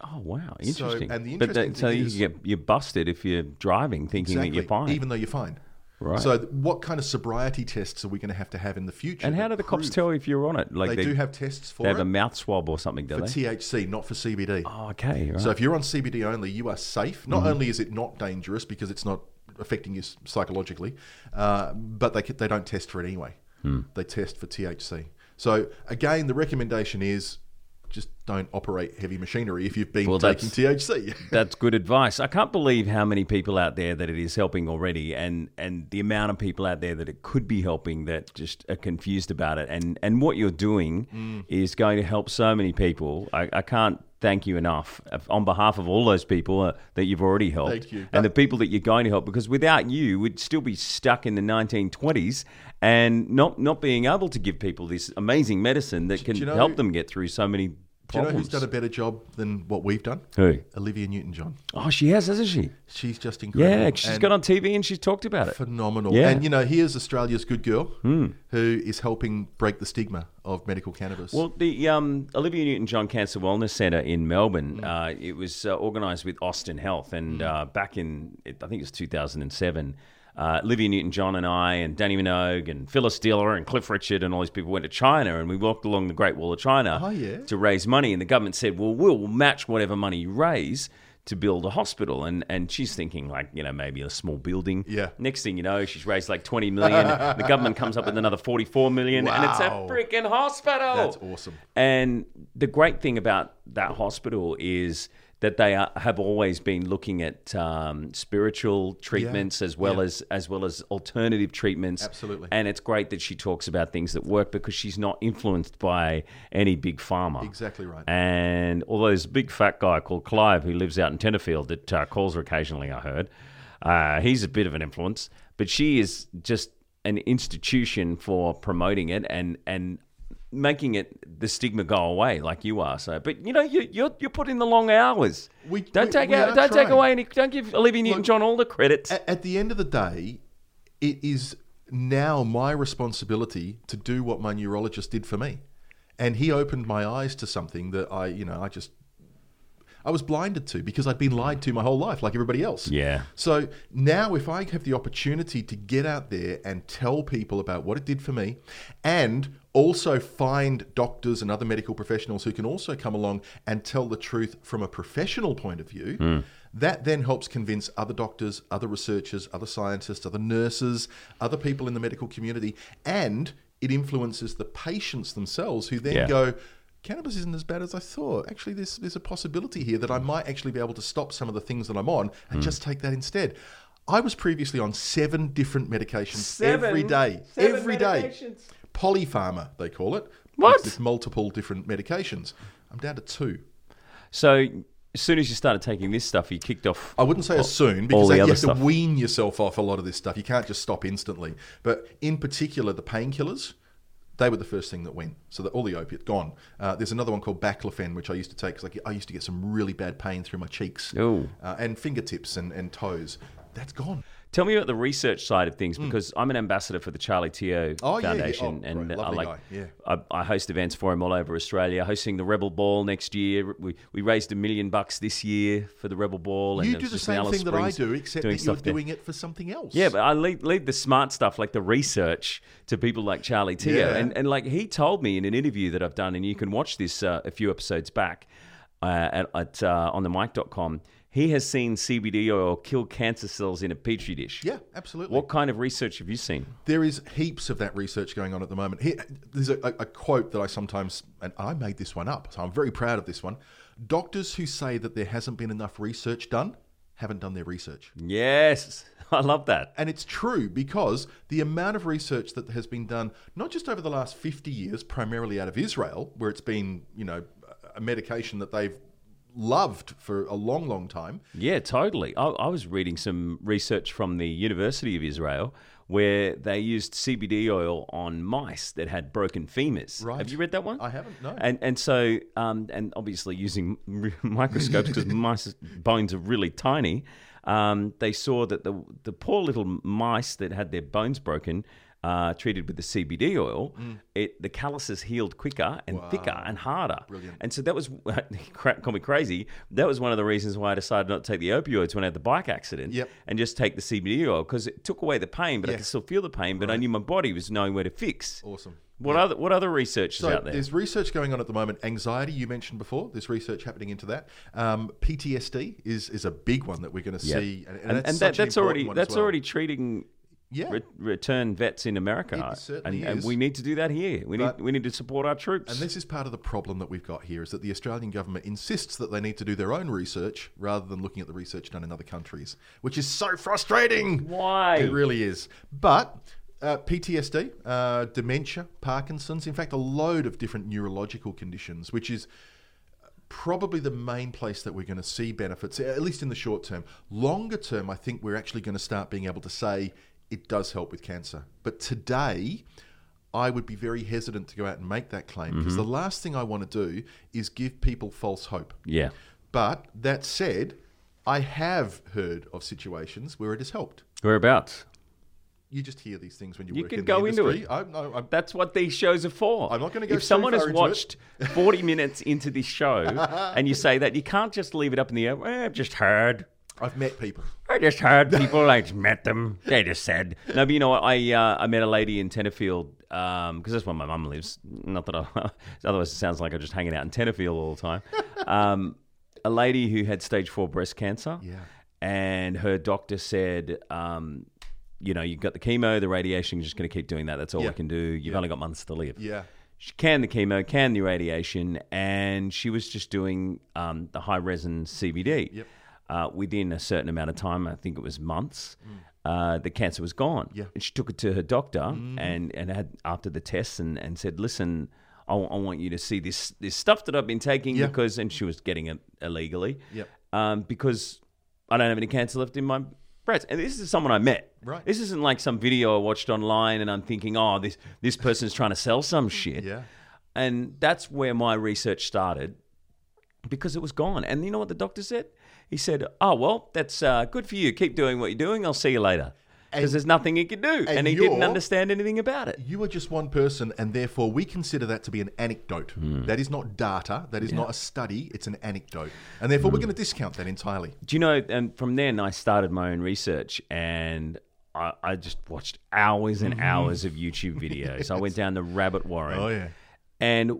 [SPEAKER 2] Oh wow, interesting.
[SPEAKER 3] and the
[SPEAKER 2] but
[SPEAKER 3] interesting
[SPEAKER 2] so
[SPEAKER 3] thing
[SPEAKER 2] you
[SPEAKER 3] is-
[SPEAKER 2] get you're busted if you're driving thinking that you're fine.
[SPEAKER 3] Even though you're fine.
[SPEAKER 2] Right.
[SPEAKER 3] So, th- what kind of sobriety tests are we going to have to have in the future?
[SPEAKER 2] and how
[SPEAKER 3] that
[SPEAKER 2] do the cops
[SPEAKER 3] prove-
[SPEAKER 2] tell if you're on it? Like
[SPEAKER 3] They, do have tests for
[SPEAKER 2] they have
[SPEAKER 3] it,
[SPEAKER 2] a mouth swab or something, do
[SPEAKER 3] for
[SPEAKER 2] they?
[SPEAKER 3] THC, not for CBD.
[SPEAKER 2] oh, okay. Right.
[SPEAKER 3] So if you're on CBD only, you are safe.
[SPEAKER 2] Mm-hmm.
[SPEAKER 3] Not only is it not dangerous because it's not affecting you s- psychologically, uh, but they c- they don't test for it anyway.
[SPEAKER 2] Hmm.
[SPEAKER 3] They test for THC. So again, the recommendation is just don't operate heavy machinery if you've been
[SPEAKER 2] Well,
[SPEAKER 3] taking
[SPEAKER 2] that's-
[SPEAKER 3] THC.
[SPEAKER 2] That's good advice. I can't believe how many people out there that it is helping already, and and the amount of people out there that it could be helping that just are confused about it. And and what you're doing
[SPEAKER 3] Mm.
[SPEAKER 2] is going to help so many people. I, I can't thank you enough uh, on behalf of all those people uh, that you've already helped
[SPEAKER 3] Thank you.
[SPEAKER 2] and the people that you're going to help because without you we'd still be stuck in the 1920s and not not being able to give people this amazing medicine that can
[SPEAKER 3] you know-
[SPEAKER 2] help them get through so many
[SPEAKER 3] Do you know
[SPEAKER 2] problems.
[SPEAKER 3] who's done a better job than what we've done?
[SPEAKER 2] Who?
[SPEAKER 3] Olivia Newton-John.
[SPEAKER 2] Oh, she has, hasn't she?
[SPEAKER 3] She's just incredible.
[SPEAKER 2] Yeah, she's
[SPEAKER 3] and
[SPEAKER 2] got on TV and she's talked about it.
[SPEAKER 3] phenomenal.
[SPEAKER 2] Yeah. Hmm.
[SPEAKER 3] And you know, here's Australia's good girl who is helping break the stigma of medical cannabis.
[SPEAKER 2] Well, the um, Olivia Newton John Cancer Wellness Centre in Melbourne,
[SPEAKER 3] Mm.
[SPEAKER 2] uh, it was uh, organised with Austin Health, and uh, back in I think it was 2007. Uh, Olivia Newton John and I, and Danny Minogue, and Phyllis Diller, and Cliff Richard, and all these people went to China, and we walked along the Great Wall of China
[SPEAKER 3] Oh, yeah.
[SPEAKER 2] to raise money. And the government said, "Well, we'll match whatever money you raise." To build a hospital, and and she's thinking like you know maybe a small building.
[SPEAKER 3] Yeah.
[SPEAKER 2] Next thing you know, she's raised like twenty million. the government comes up with another forty four million, and it's a
[SPEAKER 3] Wow.
[SPEAKER 2] freaking hospital.
[SPEAKER 3] That's awesome.
[SPEAKER 2] And the great thing about that hospital is that they are, have always been looking at um, spiritual treatments as well as as well as alternative treatments.
[SPEAKER 3] Absolutely.
[SPEAKER 2] And it's great that she talks about things that work because she's not influenced by any big pharma.
[SPEAKER 3] Exactly right.
[SPEAKER 2] And although there's a big fat guy called Clive who lives out in Tenterfield that uh, calls her occasionally, I heard, uh, he's a bit of an influence, but she is just an institution for promoting it and and making it the stigma go away, like you are. So, but you know, you, you're you're putting the long hours.
[SPEAKER 3] We-
[SPEAKER 2] don't
[SPEAKER 3] we-
[SPEAKER 2] take
[SPEAKER 3] we
[SPEAKER 2] out,
[SPEAKER 3] are
[SPEAKER 2] don't take
[SPEAKER 3] trying.
[SPEAKER 2] away any, don't give Olivia Newton John all the credits.
[SPEAKER 3] A- at the end of the day, it is now my responsibility to do what my neurologist did for me. And he opened my eyes to something that I, you know, I just I was blinded to because I'd been lied to my whole life like everybody else.
[SPEAKER 2] Yeah.
[SPEAKER 3] So now if I have the opportunity to get out there and tell people about what it did for me and also find doctors and other medical professionals who can also come along and tell the truth from a professional point of view, that then helps convince other doctors, other researchers, other scientists, other nurses, other people in the medical community, and it influences the patients themselves who then
[SPEAKER 2] Yeah.
[SPEAKER 3] go, cannabis isn't as bad as I thought. Actually, there's there's a possibility here that I might actually be able to stop some of the things that I'm on and just take that instead. I was previously on seven different medications
[SPEAKER 2] Seven?
[SPEAKER 3] every day.
[SPEAKER 2] Seven
[SPEAKER 3] every day.
[SPEAKER 2] medications?
[SPEAKER 3] Polypharma, they call it.
[SPEAKER 2] What?
[SPEAKER 3] It's multiple different medications. I'm down to two.
[SPEAKER 2] So, as soon as you started taking this stuff, you kicked off.
[SPEAKER 3] I wouldn't say as soon
[SPEAKER 2] all
[SPEAKER 3] because
[SPEAKER 2] the
[SPEAKER 3] you
[SPEAKER 2] other
[SPEAKER 3] have
[SPEAKER 2] stuff.
[SPEAKER 3] to wean yourself off a lot of this stuff. You can't just stop instantly. But in particular, the painkillers, they were the first thing that went. So the, all the opiate gone. Uh, there's another one called baclofen, which I used to take because I used to get some really bad pain through my cheeks
[SPEAKER 2] Ooh.
[SPEAKER 3] uh, and fingertips and, and toes. That's gone.
[SPEAKER 2] Tell me about the research side of things because I'm an ambassador for the Charlie Teo
[SPEAKER 3] Hmm. Oh, yeah, yeah.
[SPEAKER 2] Foundation,
[SPEAKER 3] Oh,
[SPEAKER 2] and
[SPEAKER 3] right.
[SPEAKER 2] I
[SPEAKER 3] Lovely
[SPEAKER 2] like
[SPEAKER 3] guy. Yeah.
[SPEAKER 2] I, I host events for him all over Australia. Hosting the Rebel Ball next year, we, we raised a million bucks this year for the Rebel Ball. and
[SPEAKER 3] you
[SPEAKER 2] there
[SPEAKER 3] do
[SPEAKER 2] was
[SPEAKER 3] the
[SPEAKER 2] just an
[SPEAKER 3] same
[SPEAKER 2] Alice
[SPEAKER 3] thing that I
[SPEAKER 2] Springs
[SPEAKER 3] do,
[SPEAKER 2] doing
[SPEAKER 3] except that you're
[SPEAKER 2] stuff there.
[SPEAKER 3] doing it for something else.
[SPEAKER 2] Yeah, but I lead, lead the smart stuff, like the research, to people like Charlie Teo.
[SPEAKER 3] Yeah.
[SPEAKER 2] And, and like he told me in an interview that I've done, and you can watch this uh, a few episodes back uh, at, at uh, on themic.com, he has seen CBD oil kill cancer cells in a petri dish.
[SPEAKER 3] yeah, absolutely.
[SPEAKER 2] What kind of research have you seen?
[SPEAKER 3] There is heaps of that research going on at the moment. Here, there's a, a, a quote that I sometimes, and I made this one up, so I'm very proud of this one. Doctors who say that there hasn't been enough research done haven't done their research.
[SPEAKER 2] Yes, I love that.
[SPEAKER 3] And it's true because the amount of research that has been done, not just over the last 50 years, primarily out of Israel, where it's been, you know, a medication that they've loved for a long, long time,
[SPEAKER 2] Yeah, totally. I, I was reading some research from the University of Israel where they used CBD oil on mice that had broken femurs.
[SPEAKER 3] Right.
[SPEAKER 2] Have you read that one?
[SPEAKER 3] I haven't, no.
[SPEAKER 2] And and so um, and obviously using microscopes because mice bones are really tiny. Um, they saw that the the poor little mice that had their bones broken. Uh, treated with the CBD oil,
[SPEAKER 3] Mm.
[SPEAKER 2] it the calluses healed quicker and thicker and harder. Brilliant. And so that was cra- call me crazy. That was one of the reasons why I decided not to take the opioids when I had the bike accident,
[SPEAKER 3] Yep.
[SPEAKER 2] and just take the CBD oil because it took away the pain, but I
[SPEAKER 3] Yeah.
[SPEAKER 2] could still feel the pain. But I knew my body was knowing where to fix.
[SPEAKER 3] awesome.
[SPEAKER 2] What other what other research is
[SPEAKER 3] So
[SPEAKER 2] out there?
[SPEAKER 3] there's research going on at the moment. Anxiety, you mentioned before. There's research happening into that. Um, PTSD is is a big one that we're going to
[SPEAKER 2] Yeah.
[SPEAKER 3] see, and, and
[SPEAKER 2] and,
[SPEAKER 3] that's,
[SPEAKER 2] and
[SPEAKER 3] such
[SPEAKER 2] that,
[SPEAKER 3] an
[SPEAKER 2] that's already
[SPEAKER 3] important one as
[SPEAKER 2] that's
[SPEAKER 3] well.
[SPEAKER 2] already treating
[SPEAKER 3] Yeah.
[SPEAKER 2] re- return vets in America,
[SPEAKER 3] It certainly
[SPEAKER 2] and, and
[SPEAKER 3] is.
[SPEAKER 2] we need to do that here. We
[SPEAKER 3] But-
[SPEAKER 2] need we need to support our troops.
[SPEAKER 3] And this is part of the problem that we've got here is that the Australian government insists that they need to do their own research rather than looking at the research done in other countries, which is so frustrating.
[SPEAKER 2] Why?
[SPEAKER 3] It really is. But uh, PTSD, uh, dementia, Parkinson's, in fact, a load of different neurological conditions, which is probably the main place that we're going to see benefits, at least in the short term. Longer term, I think we're actually going to start being able to say it does help with cancer. But today, I would be very hesitant to go out and make that claim because
[SPEAKER 2] Mm-hmm.
[SPEAKER 3] the last thing I want to do is give people false hope.
[SPEAKER 2] Yeah.
[SPEAKER 3] But that said, I have heard of situations where it has helped.
[SPEAKER 2] Whereabouts?
[SPEAKER 3] You just hear these things when you,
[SPEAKER 2] You
[SPEAKER 3] work
[SPEAKER 2] could
[SPEAKER 3] in
[SPEAKER 2] go
[SPEAKER 3] the
[SPEAKER 2] into
[SPEAKER 3] industry.
[SPEAKER 2] it.
[SPEAKER 3] I'm, I'm, I'm-
[SPEAKER 2] That's what these shows are for.
[SPEAKER 3] I'm not gonna go
[SPEAKER 2] If
[SPEAKER 3] too
[SPEAKER 2] someone
[SPEAKER 3] far
[SPEAKER 2] has
[SPEAKER 3] into
[SPEAKER 2] watched 40 minutes into this show and you say that, you can't just leave it up in the air. "Well, I've just heard.
[SPEAKER 3] I've met people.
[SPEAKER 2] I just heard people. I just met them. They just said. No, but you know, what? I uh, I met a lady in Tenterfield because that's where my mum lives. Not that I. otherwise, it sounds like I'm just hanging out in Tenterfield all the time. Um, a lady who had stage four breast cancer.
[SPEAKER 3] Yeah.
[SPEAKER 2] And her doctor said, um, you know, you've got the chemo, the radiation. You're just going to keep doing that. That's all
[SPEAKER 3] Yeah.
[SPEAKER 2] we can do. You've only got months to live
[SPEAKER 3] Yeah.
[SPEAKER 2] she canned the chemo, canned the radiation, and she was just doing um, the high resin CBD.
[SPEAKER 3] Yep.
[SPEAKER 2] Uh, within a certain amount of time, I think it was months, uh, the cancer was gone.
[SPEAKER 3] Mm. Yeah. Mm.
[SPEAKER 2] And she took it to her doctor and, and had after the tests and, and said, listen, I, I want you to see this this stuff that I've been taking
[SPEAKER 3] Yeah.
[SPEAKER 2] because, and she was getting it illegally.
[SPEAKER 3] Yep.
[SPEAKER 2] Um, because I don't have any cancer left in my breast. And this is someone I met.
[SPEAKER 3] Right.
[SPEAKER 2] This isn't like some video I watched online and I'm thinking, oh, this this person's trying to sell some shit.
[SPEAKER 3] Yeah.
[SPEAKER 2] And that's where my research started because it was gone. And you know what the doctor said? He said, oh, well, that's uh, good for you. Keep doing what you're doing. I'll see you later. Because there's nothing he could do. And, he didn't
[SPEAKER 3] you're-
[SPEAKER 2] understand anything about it.
[SPEAKER 3] You are just one person, and therefore we consider that to be an anecdote. That is not data. That is not a study. It's an anecdote, and therefore we're going to discount that entirely.
[SPEAKER 2] Do you know? And from then, I started my own research, and I, I just watched hours and hours of YouTube videos. I went down the rabbit warren.
[SPEAKER 3] Mm-hmm. Oh, yeah.
[SPEAKER 2] And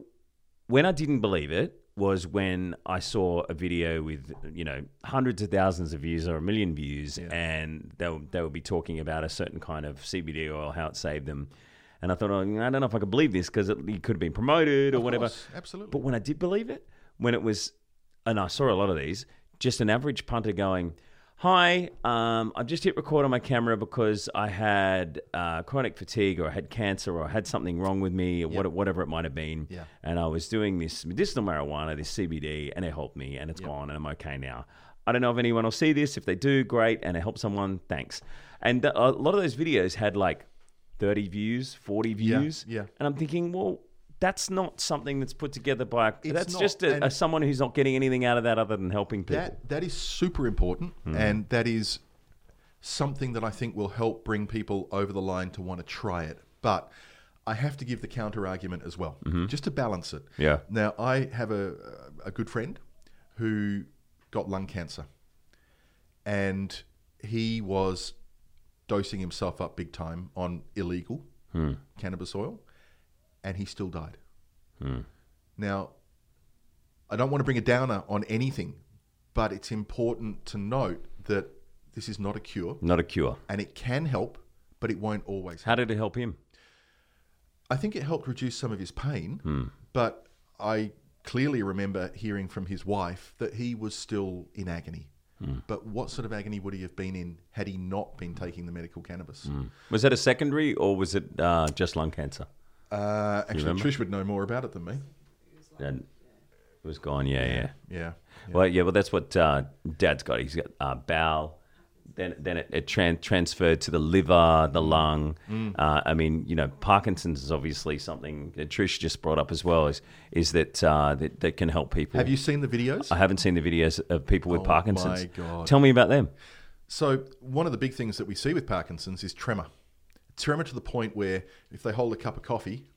[SPEAKER 2] when I didn't believe it was when I saw a video with you know hundreds of thousands of views or a million views, and they would, they would be talking about a certain kind of CBD oil, how it saved them. And I thought, oh, I don't know if I could believe this because it, it could have been promoted or whatever.
[SPEAKER 3] course, absolutely.
[SPEAKER 2] But when I did believe it, when it was, and I saw a lot of these, just an average punter going, Hi, um, I've just hit record on my camera because I had uh, chronic fatigue or I had cancer or I had something wrong with me or what, whatever it might have been.
[SPEAKER 3] Yeah.
[SPEAKER 2] And I was doing this medicinal marijuana, this CBD, and it helped me and it's gone and I'm okay now. I don't know if anyone will see this. If they do, great. And it helped someone, thanks. And th- a lot of those videos had like 30 views, 40 views.
[SPEAKER 3] yeah.
[SPEAKER 2] And I'm thinking, well, that's not something that's put together by. A, that's
[SPEAKER 3] not,
[SPEAKER 2] just a,
[SPEAKER 3] and-
[SPEAKER 2] a someone who's not getting anything out of that other than helping people. Hmm.
[SPEAKER 3] That that is super important, and that is something that I think will help bring people over the line to want to try it. But I have to give the counter argument as well, just to balance it.
[SPEAKER 2] Mm-hmm. Yeah.
[SPEAKER 3] Now I have a a good friend who got lung cancer, and he was dosing himself up big time on illegal
[SPEAKER 2] Hmm.
[SPEAKER 3] cannabis oil, and he still died. Now, I don't want to bring a downer on anything, but it's important to note that this is not a cure
[SPEAKER 2] Not a cure.
[SPEAKER 3] and it can help, but it won't always help.
[SPEAKER 2] How did it help him?
[SPEAKER 3] I think it helped reduce some of his pain, but I clearly remember hearing from his wife that he was still in agony. But what sort of agony would he have been in had he not been taking the medical cannabis?
[SPEAKER 2] Was that a secondary or was it uh, just lung cancer?
[SPEAKER 3] Uh, actually, Trish would know more about it than me.
[SPEAKER 2] And it was gone. Yeah, yeah.
[SPEAKER 3] Yeah.
[SPEAKER 2] Well, yeah. Well, that's what uh, Dad's got. He's got uh, bowel. Then, then it, it tran- transferred to the liver,
[SPEAKER 3] Mm.
[SPEAKER 2] the lung. Uh, I mean, you know, Parkinson's is obviously something that Trish just brought up as well. Is is that uh, that, that can help people?
[SPEAKER 3] Have you seen the videos?
[SPEAKER 2] I haven't seen the videos of people with
[SPEAKER 3] Oh,
[SPEAKER 2] Parkinson's.
[SPEAKER 3] my God.
[SPEAKER 2] Tell me about them.
[SPEAKER 3] So one of the big things that we see with Parkinson's is tremor. Tremor to the point where if they hold a cup of coffee,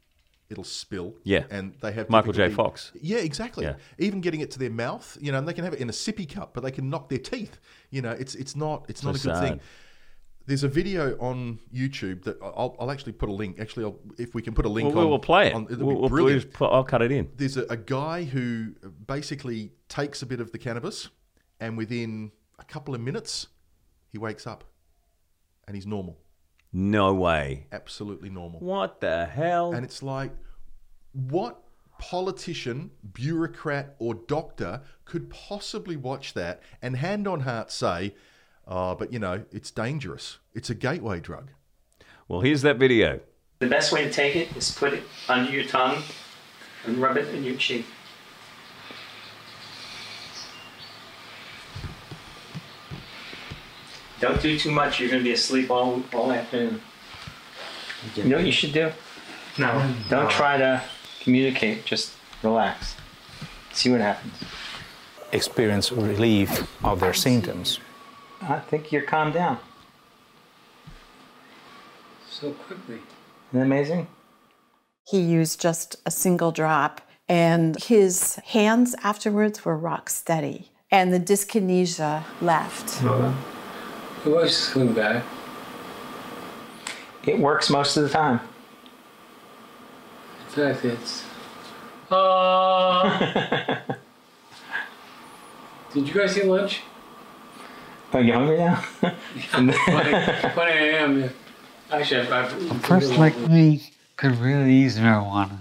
[SPEAKER 3] it'll spill.
[SPEAKER 2] Yeah.
[SPEAKER 3] And they have
[SPEAKER 2] Michael J.
[SPEAKER 3] difficulty-
[SPEAKER 2] Fox.
[SPEAKER 3] Yeah, exactly.
[SPEAKER 2] Yeah.
[SPEAKER 3] Even getting it to their mouth, you know, and they can have it in a sippy cup, but they can knock their teeth. You know, it's it's not it's not a good
[SPEAKER 2] sad.
[SPEAKER 3] thing. There's a video on YouTube that I'll, I'll actually put a link. Actually, I'll, if we can put a link,
[SPEAKER 2] Well, we
[SPEAKER 3] on-
[SPEAKER 2] will play it.
[SPEAKER 3] on-
[SPEAKER 2] We'll-
[SPEAKER 3] it'll be
[SPEAKER 2] we'll- we'll
[SPEAKER 3] brilliant
[SPEAKER 2] just put- I'll cut it in.
[SPEAKER 3] there's a, a guy who basically takes a bit of the cannabis, and within a couple of minutes, he wakes up, and he's normal,
[SPEAKER 2] No way.
[SPEAKER 3] absolutely normal.
[SPEAKER 2] What the hell?
[SPEAKER 3] And it's like, what politician, bureaucrat, or doctor could possibly watch that and hand on heart say, "Oh, but you know, it's dangerous. It's a gateway drug."
[SPEAKER 2] well, here's that video.
[SPEAKER 5] The best way to take it is put it under your tongue and rub it in your cheek. Don't do too much, you're going to be asleep all, all afternoon. You know what you should do? No. Don't try to communicate, just relax. See what happens.
[SPEAKER 6] experience relief of their symptoms.
[SPEAKER 5] I think you're calmed down.
[SPEAKER 7] so quickly.
[SPEAKER 5] Isn't that amazing?
[SPEAKER 8] He used just a single drop, and his hands afterwards were rock steady, and the dyskinesia left.
[SPEAKER 7] It was coming back.
[SPEAKER 5] It works most of the time.
[SPEAKER 7] In fact, it's. Uh,
[SPEAKER 6] Ah.
[SPEAKER 7] did you guys eat lunch?
[SPEAKER 5] Are you hungry now?
[SPEAKER 7] What I, what I am. yeah. Actually, I, I
[SPEAKER 9] First, like me, could really use marijuana.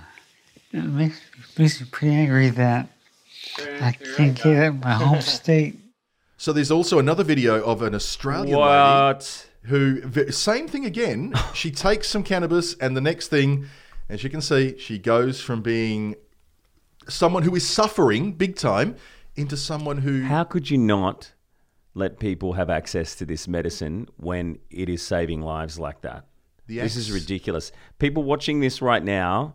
[SPEAKER 9] It makes, makes me pretty angry that I can't get it in my home state.
[SPEAKER 3] So there's also another video of an Australian lady
[SPEAKER 2] What?
[SPEAKER 3] who v- same thing again. she takes some cannabis, and the next thing, as you can see, she goes from being someone who is suffering big time into someone who
[SPEAKER 2] How could you not let people have access to this medicine when it is saving lives like that?
[SPEAKER 3] The
[SPEAKER 2] this is
[SPEAKER 3] ex-
[SPEAKER 2] ridiculous. People watching this right now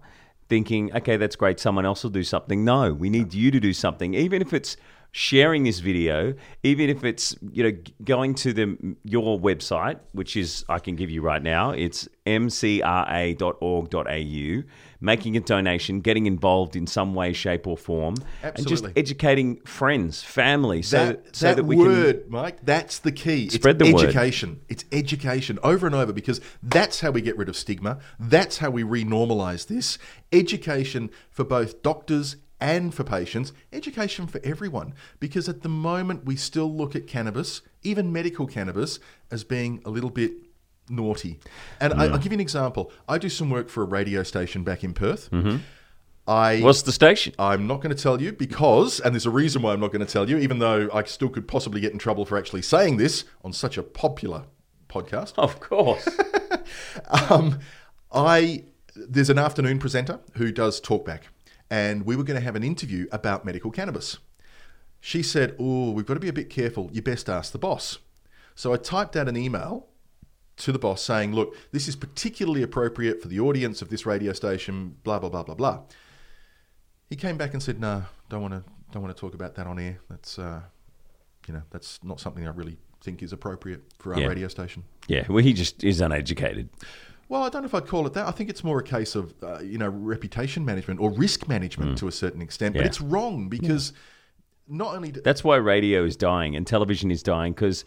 [SPEAKER 2] thinking, okay, that's great, someone else will do something. No, we need you to do something. Even if it's sharing this video, even if it's, you know, g- going to the your website, which is I can give you right now, it's mcra.org.au, making a donation, getting involved in some way, shape or form, and just
[SPEAKER 3] Absolutely.
[SPEAKER 2] educating friends, family so
[SPEAKER 3] that,
[SPEAKER 2] that, so
[SPEAKER 3] that
[SPEAKER 2] that, we can
[SPEAKER 3] word, Mike, that's the key.
[SPEAKER 2] Spread
[SPEAKER 3] it's
[SPEAKER 2] the word.
[SPEAKER 3] education. It's education over and over because that's how we get rid of stigma. That's how we renormalize this. Education for both doctors and for patients, education for everyone. Because at the moment, we still look at cannabis, even medical cannabis, as being a little bit naughty. And I, I'll give you an example. I do some work for a radio station back in Perth.
[SPEAKER 2] Mm-hmm.
[SPEAKER 3] I
[SPEAKER 2] What's the station?
[SPEAKER 3] I'm not going to tell you because, and there's a reason why I'm not going to tell you, even though I still could possibly get in trouble for actually saying this on such a popular podcast.
[SPEAKER 2] Of course.
[SPEAKER 3] Um, I there's an afternoon presenter who does talkback, and we were going to have an interview about medical cannabis. She said, "Oh, we've got to be a bit careful. You best ask the boss." So I typed out an email to the boss saying, "Look, this is particularly appropriate for the audience of this radio station." Blah blah blah blah blah. He came back and said, "No, don't want to don't want to talk about that on air. That's uh, you know that's not something I really think is appropriate for our
[SPEAKER 2] Yeah.
[SPEAKER 3] radio station."
[SPEAKER 2] yeah, well, he just is uneducated.
[SPEAKER 3] Well, I don't know if I'd call it that. I think it's more a case of uh, you know reputation management or risk management to a certain extent.
[SPEAKER 2] Mm. Yeah.
[SPEAKER 3] But it's wrong because not only do,
[SPEAKER 2] That's why radio is dying and television is dying because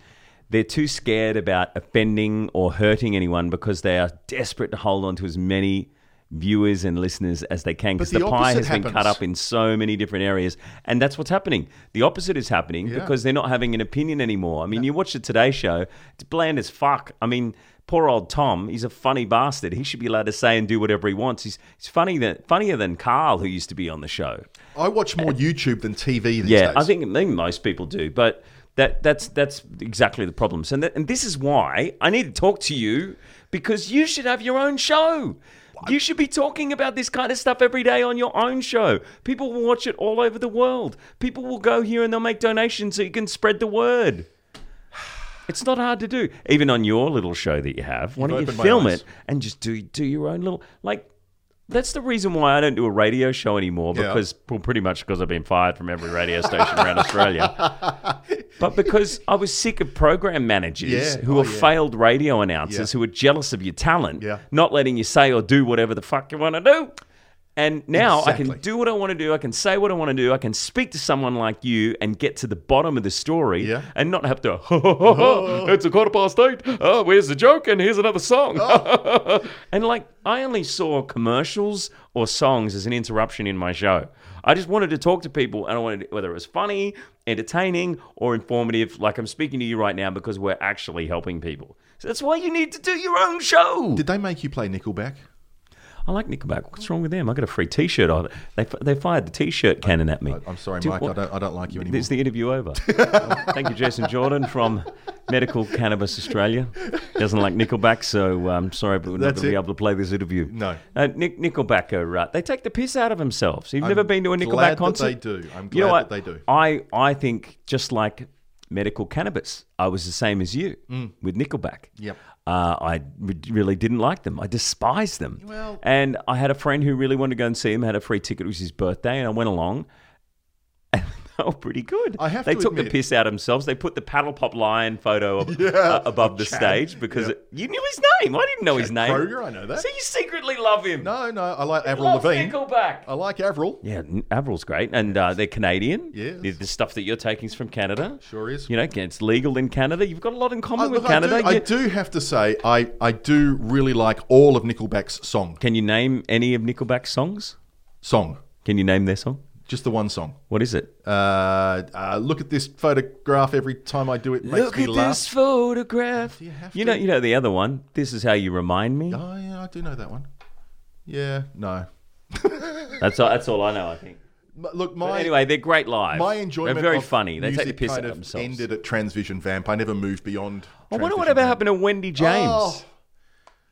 [SPEAKER 2] they're too scared about offending or hurting anyone because they are desperate to hold on to as many viewers and listeners as they can because
[SPEAKER 3] But
[SPEAKER 2] the,
[SPEAKER 3] the
[SPEAKER 2] pie
[SPEAKER 3] opposite
[SPEAKER 2] has been cut
[SPEAKER 3] happens.
[SPEAKER 2] up in so many different areas and that's what's happening the opposite is happening because they're not having an opinion anymore i mean you watch the today show it's bland as fuck i mean poor old tom he's a funny bastard he should be allowed to say and do whatever he wants he's, he's funny than, funnier than carl who used to be on the show
[SPEAKER 3] I watch more YouTube than TV these
[SPEAKER 2] yeah,
[SPEAKER 3] days.
[SPEAKER 2] I think, I think most people do, but that that's that's exactly the problem. So, that, and this is why I need to talk to you because you should have your own show. You should be talking about this kind of stuff every day on your own show. People will watch it all over the world. People will go here and they'll make donations so you can spread the word. It's not hard to do, even on your little show that you have. Why don't
[SPEAKER 3] You've
[SPEAKER 2] you
[SPEAKER 3] opened my
[SPEAKER 2] film
[SPEAKER 3] eyes.
[SPEAKER 2] it and just do do your own little like? That's the reason why I don't do a radio show anymore
[SPEAKER 3] Yeah.
[SPEAKER 2] because well, pretty much because I've been fired from every radio station around Australia. But because I was sick of program managers
[SPEAKER 3] Yeah,
[SPEAKER 2] who
[SPEAKER 3] oh,
[SPEAKER 2] are
[SPEAKER 3] yeah.
[SPEAKER 2] failed radio announcers
[SPEAKER 3] Yeah.
[SPEAKER 2] who are jealous of your talent,
[SPEAKER 3] Yeah.
[SPEAKER 2] not letting you say or do whatever the fuck you want to do. And now I
[SPEAKER 3] Exactly.
[SPEAKER 2] can do what I want to do. I can say what I want to do. I can speak to someone like you and get to the bottom of the story
[SPEAKER 3] Yeah.
[SPEAKER 2] and not have to, "Ha, ha, ha, ha, it's a quarter past eight. Oh, where's the joke? And here's another song.
[SPEAKER 3] Oh.
[SPEAKER 2] and like, I only saw commercials or songs as an interruption in my show. I just wanted to talk to people and I wanted, whether it was funny, entertaining, or informative, like I'm speaking to you right now because we're actually helping people. So that's why you need to do your own show.
[SPEAKER 3] Did they make you play Nickelback?
[SPEAKER 2] I like Nickelback. What's wrong with them? I got a free T-shirt. on. They they fired the T-shirt cannon at me.
[SPEAKER 3] I- I'm sorry,
[SPEAKER 2] Do-
[SPEAKER 3] Mike. I
[SPEAKER 2] what-
[SPEAKER 3] don't. I don't like you anymore.
[SPEAKER 2] Is the interview over? Well, thank you, Jason Jordan from Medical Cannabis Australia. Doesn't like Nickelback, so I'm sorry, but we're not
[SPEAKER 3] That's
[SPEAKER 2] going to be
[SPEAKER 3] it.
[SPEAKER 2] able to play this interview.
[SPEAKER 3] No.
[SPEAKER 2] Uh, Nick, Nickelback are uh, they take the piss out of themselves. You've
[SPEAKER 3] I'm
[SPEAKER 2] never been to a
[SPEAKER 3] glad
[SPEAKER 2] Nickelback
[SPEAKER 3] that
[SPEAKER 2] concert?
[SPEAKER 3] they do. I'm
[SPEAKER 2] you know what?
[SPEAKER 3] glad that they do.
[SPEAKER 2] I I think just like medical cannabis. I was the same as you with Nickelback.
[SPEAKER 3] Mm. Yep.
[SPEAKER 2] Uh, I re- really didn't like them. I despised them. and I had a friend who really wanted to go and see him, had a free ticket. It was his birthday, and I went along. And they were pretty good.
[SPEAKER 3] I have
[SPEAKER 2] they
[SPEAKER 3] to
[SPEAKER 2] took the
[SPEAKER 3] admit-
[SPEAKER 2] piss out of themselves. They put the paddle pop lion photo ab- uh, above the stage because it- you knew his name. I didn't know his name.
[SPEAKER 3] Kroger, I know that.
[SPEAKER 2] So you secretly love him.
[SPEAKER 3] No, no, I like Avril
[SPEAKER 2] love
[SPEAKER 3] Lavigne.
[SPEAKER 2] Nickelback.
[SPEAKER 3] I like Avril.
[SPEAKER 2] Yeah, N- Avril's great, and uh, they're Canadian.
[SPEAKER 3] Yes.
[SPEAKER 2] the, the stuff that you're taking is from Canada.
[SPEAKER 3] Sure is.
[SPEAKER 2] You know, it's legal in Canada. You've got a lot in common
[SPEAKER 3] I,
[SPEAKER 2] with
[SPEAKER 3] look, I do-
[SPEAKER 2] Canada.
[SPEAKER 3] I do,
[SPEAKER 2] You-
[SPEAKER 3] have to say, I, I do really like all of Nickelback's song.
[SPEAKER 2] Can you name any of Nickelback's songs?
[SPEAKER 3] Song.
[SPEAKER 2] Can you name their song?
[SPEAKER 3] Just the one song.
[SPEAKER 2] What is it?
[SPEAKER 3] Uh, uh, look at this photograph every time I do it. Makes
[SPEAKER 2] Look
[SPEAKER 3] me
[SPEAKER 2] at
[SPEAKER 3] laugh.
[SPEAKER 2] this photograph. You,
[SPEAKER 3] have
[SPEAKER 2] know, you know the other one. This is how you remind me.
[SPEAKER 3] Oh, yeah, I do know that one. Yeah, no.
[SPEAKER 2] That's all, that's all I know. I think.
[SPEAKER 3] M- Look,
[SPEAKER 2] But
[SPEAKER 3] my
[SPEAKER 2] anyway, they're great live.
[SPEAKER 3] my enjoyment.
[SPEAKER 2] They're very
[SPEAKER 3] of
[SPEAKER 2] funny. They
[SPEAKER 3] music
[SPEAKER 2] take the piss
[SPEAKER 3] kind
[SPEAKER 2] out of
[SPEAKER 3] of
[SPEAKER 2] themselves.
[SPEAKER 3] Ended at Transvision Vamp. I never moved beyond.
[SPEAKER 2] I wonder what
[SPEAKER 3] Transvision
[SPEAKER 2] ever
[SPEAKER 3] Vamp.
[SPEAKER 2] happened to Wendy James.
[SPEAKER 3] Oh.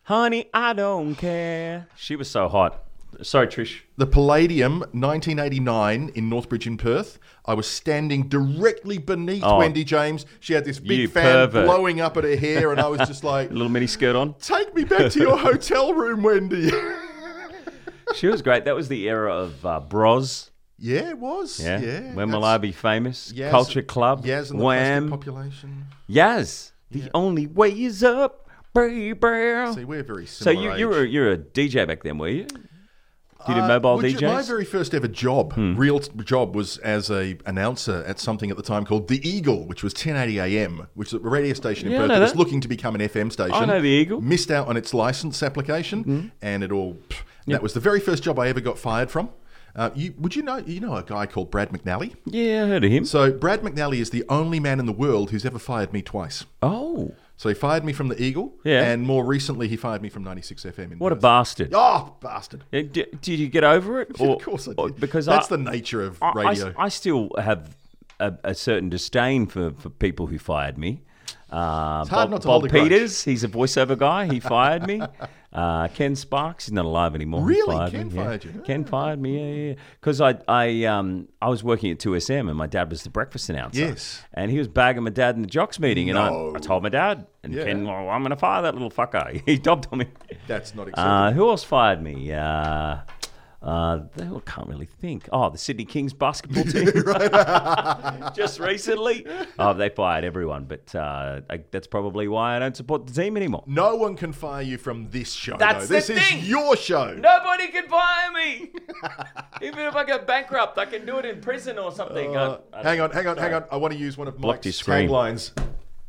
[SPEAKER 2] Honey, I don't care. She was so hot. Sorry, Trish.
[SPEAKER 3] The Palladium, 1989, in Northbridge in Perth. I was standing directly beneath
[SPEAKER 2] Oh.
[SPEAKER 3] Wendy James. She had this
[SPEAKER 2] You
[SPEAKER 3] big fan
[SPEAKER 2] pervert.
[SPEAKER 3] blowing up at her hair, and I was just like,
[SPEAKER 2] A little mini skirt on.
[SPEAKER 3] "Take me back to your hotel room, Wendy."
[SPEAKER 2] She was great. That was the era of uh, Bros.
[SPEAKER 3] yeah, it was.
[SPEAKER 2] Yeah.
[SPEAKER 3] Yeah.
[SPEAKER 2] when will I
[SPEAKER 3] that's-
[SPEAKER 2] be famous?
[SPEAKER 3] Yaz-
[SPEAKER 2] Culture Club.
[SPEAKER 3] Yaz and the
[SPEAKER 2] Wham.
[SPEAKER 3] plastic population.
[SPEAKER 2] Yaz. The only way is up, baby.
[SPEAKER 3] See, we're very
[SPEAKER 2] so
[SPEAKER 3] similar.
[SPEAKER 2] you you
[SPEAKER 3] age.
[SPEAKER 2] were you were a DJ back then, were you? Did you
[SPEAKER 3] Uh,
[SPEAKER 2] mobile Hmm.
[SPEAKER 3] would you- my
[SPEAKER 2] DJs?
[SPEAKER 3] very first ever job, real t- job, was as a announcer at something at the time called The Eagle, which was 1080 AM, which is a radio station in
[SPEAKER 2] Yeah, I
[SPEAKER 3] Perth
[SPEAKER 2] know
[SPEAKER 3] that was
[SPEAKER 2] that.
[SPEAKER 3] looking to become an FM station.
[SPEAKER 2] know The Eagle. Hmm.
[SPEAKER 3] Missed out on its license application, and it all. pff, That was the very first job I ever got fired from. Uh, you, would you know? You know a guy called Brad McNally.
[SPEAKER 2] yeah, I heard of him.
[SPEAKER 3] So Brad McNally is the only man in the world who's ever fired me twice.
[SPEAKER 2] oh,
[SPEAKER 3] So he fired me from the Eagle,
[SPEAKER 2] Yeah.
[SPEAKER 3] and more recently he fired me from 96 FM. In
[SPEAKER 2] what a
[SPEAKER 3] Perth.
[SPEAKER 2] bastard!
[SPEAKER 3] Oh, bastard!
[SPEAKER 2] Yeah, d- Did you get over it?
[SPEAKER 3] Yeah,
[SPEAKER 2] Or-
[SPEAKER 3] of course I
[SPEAKER 2] or-
[SPEAKER 3] did.
[SPEAKER 2] Because
[SPEAKER 3] that's
[SPEAKER 2] I,
[SPEAKER 3] the nature of
[SPEAKER 2] I- I s-
[SPEAKER 3] radio.
[SPEAKER 2] I, still have a, a certain disdain for, for people who fired me. Uh, it's
[SPEAKER 3] hard
[SPEAKER 2] Bob,
[SPEAKER 3] not to
[SPEAKER 2] Bob
[SPEAKER 3] hold a grudge.
[SPEAKER 2] Peters, he's a voiceover guy. He fired me. Uh, Ken Sparks, he's not alive anymore. He
[SPEAKER 3] Really?
[SPEAKER 2] fired
[SPEAKER 3] Ken
[SPEAKER 2] me, yeah.
[SPEAKER 3] fired you?
[SPEAKER 2] Ken fired me. Yeah, yeah. Because I, I, um, I was working at 2SM and my dad was the breakfast announcer.
[SPEAKER 3] Yes.
[SPEAKER 2] And he was bagging my dad in the jocks meeting, and
[SPEAKER 3] No.
[SPEAKER 2] I, I told my dad, and
[SPEAKER 3] Yeah.
[SPEAKER 2] Ken, well, I'm going to fire that little fucker. He dobbed on me.
[SPEAKER 3] That's not acceptable.
[SPEAKER 2] Uh, who else fired me? Uh, uh, they- I can't really think. Oh, the Sydney Kings basketball team. Just recently. Oh, they fired everyone, but uh, I, that's probably why I don't support the team anymore.
[SPEAKER 3] no one can fire you from this show.
[SPEAKER 2] That's
[SPEAKER 3] though. This
[SPEAKER 2] the
[SPEAKER 3] is
[SPEAKER 2] thing.
[SPEAKER 3] your show.
[SPEAKER 2] Nobody can fire me. Even if I go bankrupt, I can do it in prison or something.
[SPEAKER 3] Uh, hang on, hang on, hang on. I want to use one of
[SPEAKER 2] Blocked his
[SPEAKER 3] Mike's
[SPEAKER 2] screen.
[SPEAKER 3] taglines.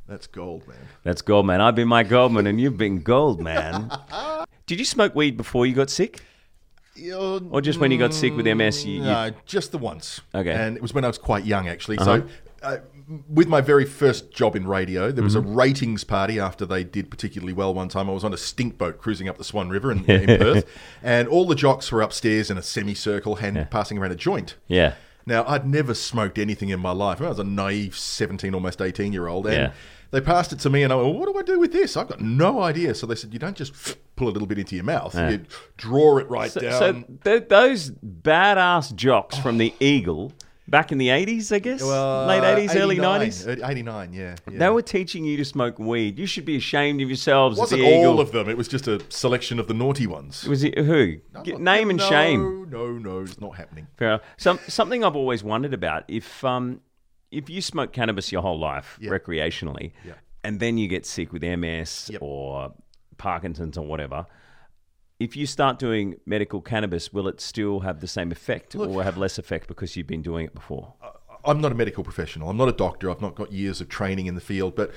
[SPEAKER 3] That's gold, man.
[SPEAKER 2] That's Goldman. I've been Mike Goldman, and you've been Goldman. Did you smoke weed before you got sick, or just when you got sick with MS? You, you-
[SPEAKER 3] No, Uh, just the once.
[SPEAKER 2] Okay. Uh-huh.
[SPEAKER 3] And it was when I was quite young, actually. So, uh, with my very first job in radio, there was
[SPEAKER 2] Mm-hmm.
[SPEAKER 3] a ratings party after they did particularly well one time. I was on a stink boat cruising up the Swan River in, in Perth, and all the jocks were upstairs in a semicircle, hand passing around a joint.
[SPEAKER 2] yeah.
[SPEAKER 3] Now, I'd never smoked anything in my life. I was a naive 17, almost 18 year old. And
[SPEAKER 2] Yeah.
[SPEAKER 3] they passed it to me, and I went, What do I do with this? I've got no idea. So they said, You don't just pull a little bit into your mouth, you draw it right down. Oh.
[SPEAKER 2] So th- those badass jocks from the Eagle back in the 80s, I guess?
[SPEAKER 3] Uh,
[SPEAKER 2] Late 80s, early
[SPEAKER 3] 89,
[SPEAKER 2] 90s?
[SPEAKER 3] uh, 89, yeah. yeah.
[SPEAKER 2] They were teaching you to smoke weed. You should be ashamed of yourselves.
[SPEAKER 3] it
[SPEAKER 2] at
[SPEAKER 3] wasn't
[SPEAKER 2] the Eagle.
[SPEAKER 3] all of them, it was just a selection of the naughty ones.
[SPEAKER 2] Was it who? Get- name and
[SPEAKER 3] no,
[SPEAKER 2] shame.
[SPEAKER 3] No, no, it's not happening.
[SPEAKER 2] Fair enough. Some, something I've always wondered about if um, if you smoke cannabis your whole life recreationally, and then you get sick with MS or Parkinson's or whatever. If you start doing medical cannabis, will it still have the same effect or have less effect because you've been doing it before?
[SPEAKER 3] Uh, I'm not a medical professional. I'm not a doctor. I've not got years of training in the field. But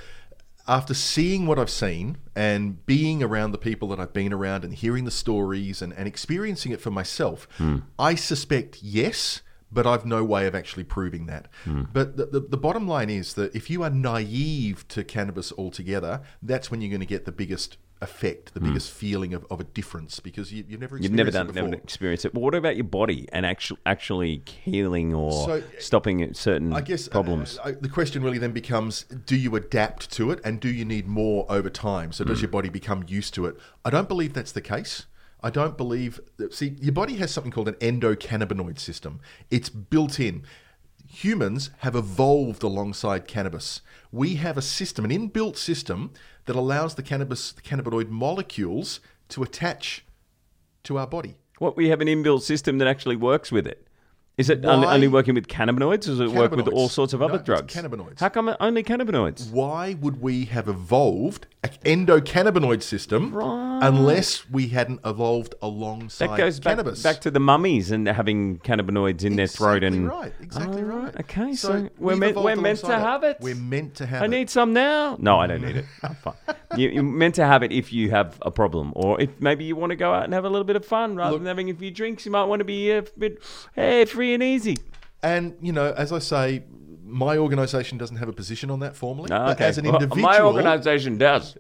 [SPEAKER 3] after seeing what I've seen and being around the people that I've been around and hearing the stories and, and experiencing it for myself,
[SPEAKER 2] Hmm.
[SPEAKER 3] I suspect yes, but I've no way of actually proving that.
[SPEAKER 2] Hmm.
[SPEAKER 3] But the, the, the bottom line is that if you are naive to cannabis altogether, that's when you're going to get the biggest effect, the biggest feeling of, of a difference because you, you've never
[SPEAKER 2] Hmm. You've never
[SPEAKER 3] experienced
[SPEAKER 2] done,
[SPEAKER 3] it before.
[SPEAKER 2] never experienced it. But what about your body and actually actually healing or
[SPEAKER 3] So,
[SPEAKER 2] stopping it- certain
[SPEAKER 3] I guess uh,
[SPEAKER 2] Mm, problems?
[SPEAKER 3] uh, the question really then becomes: Do you adapt to it, and do you need more over time? So does your body become used to it? I don't believe that's the case. I don't believe. That, see, your body has something called an endocannabinoid system. It's built in. humans have evolved alongside cannabis. We have a system, an inbuilt system that allows the cannabis, the cannabinoid molecules to attach to our body.
[SPEAKER 2] What we have an inbuilt system that actually works with it. Is it on-
[SPEAKER 3] Why-
[SPEAKER 2] only working with cannabinoids? Does it work with
[SPEAKER 3] Cannabinoids.
[SPEAKER 2] all sorts of
[SPEAKER 3] No,
[SPEAKER 2] other
[SPEAKER 3] it's
[SPEAKER 2] drugs?
[SPEAKER 3] cannabinoids.
[SPEAKER 2] How come only cannabinoids?
[SPEAKER 3] Why would we have evolved an endocannabinoid system unless we hadn't evolved alongside
[SPEAKER 2] That goes back,
[SPEAKER 3] cannabis?
[SPEAKER 2] back to the mummies and having cannabinoids in their throat.
[SPEAKER 3] Exactly
[SPEAKER 2] And
[SPEAKER 3] right, exactly
[SPEAKER 2] All
[SPEAKER 3] right.
[SPEAKER 2] Oh, Okay, so,
[SPEAKER 3] So
[SPEAKER 2] we're
[SPEAKER 3] we've
[SPEAKER 2] meant
[SPEAKER 3] evolved
[SPEAKER 2] we're meant to
[SPEAKER 3] alongside it.
[SPEAKER 2] have it.
[SPEAKER 3] We're meant to have
[SPEAKER 2] I
[SPEAKER 3] it.
[SPEAKER 2] need some now. No, I don't need it. I'm fine. you, you're meant to have it if you have a problem, or if maybe you want to go out and have a little bit of fun rather than having a few drinks. You might want to be a bit hey, free and easy.
[SPEAKER 3] And you know, as I say, my organisation doesn't have a position on that formally.
[SPEAKER 2] Ah,
[SPEAKER 3] But as an
[SPEAKER 2] Well,
[SPEAKER 3] individual,
[SPEAKER 2] my organisation does.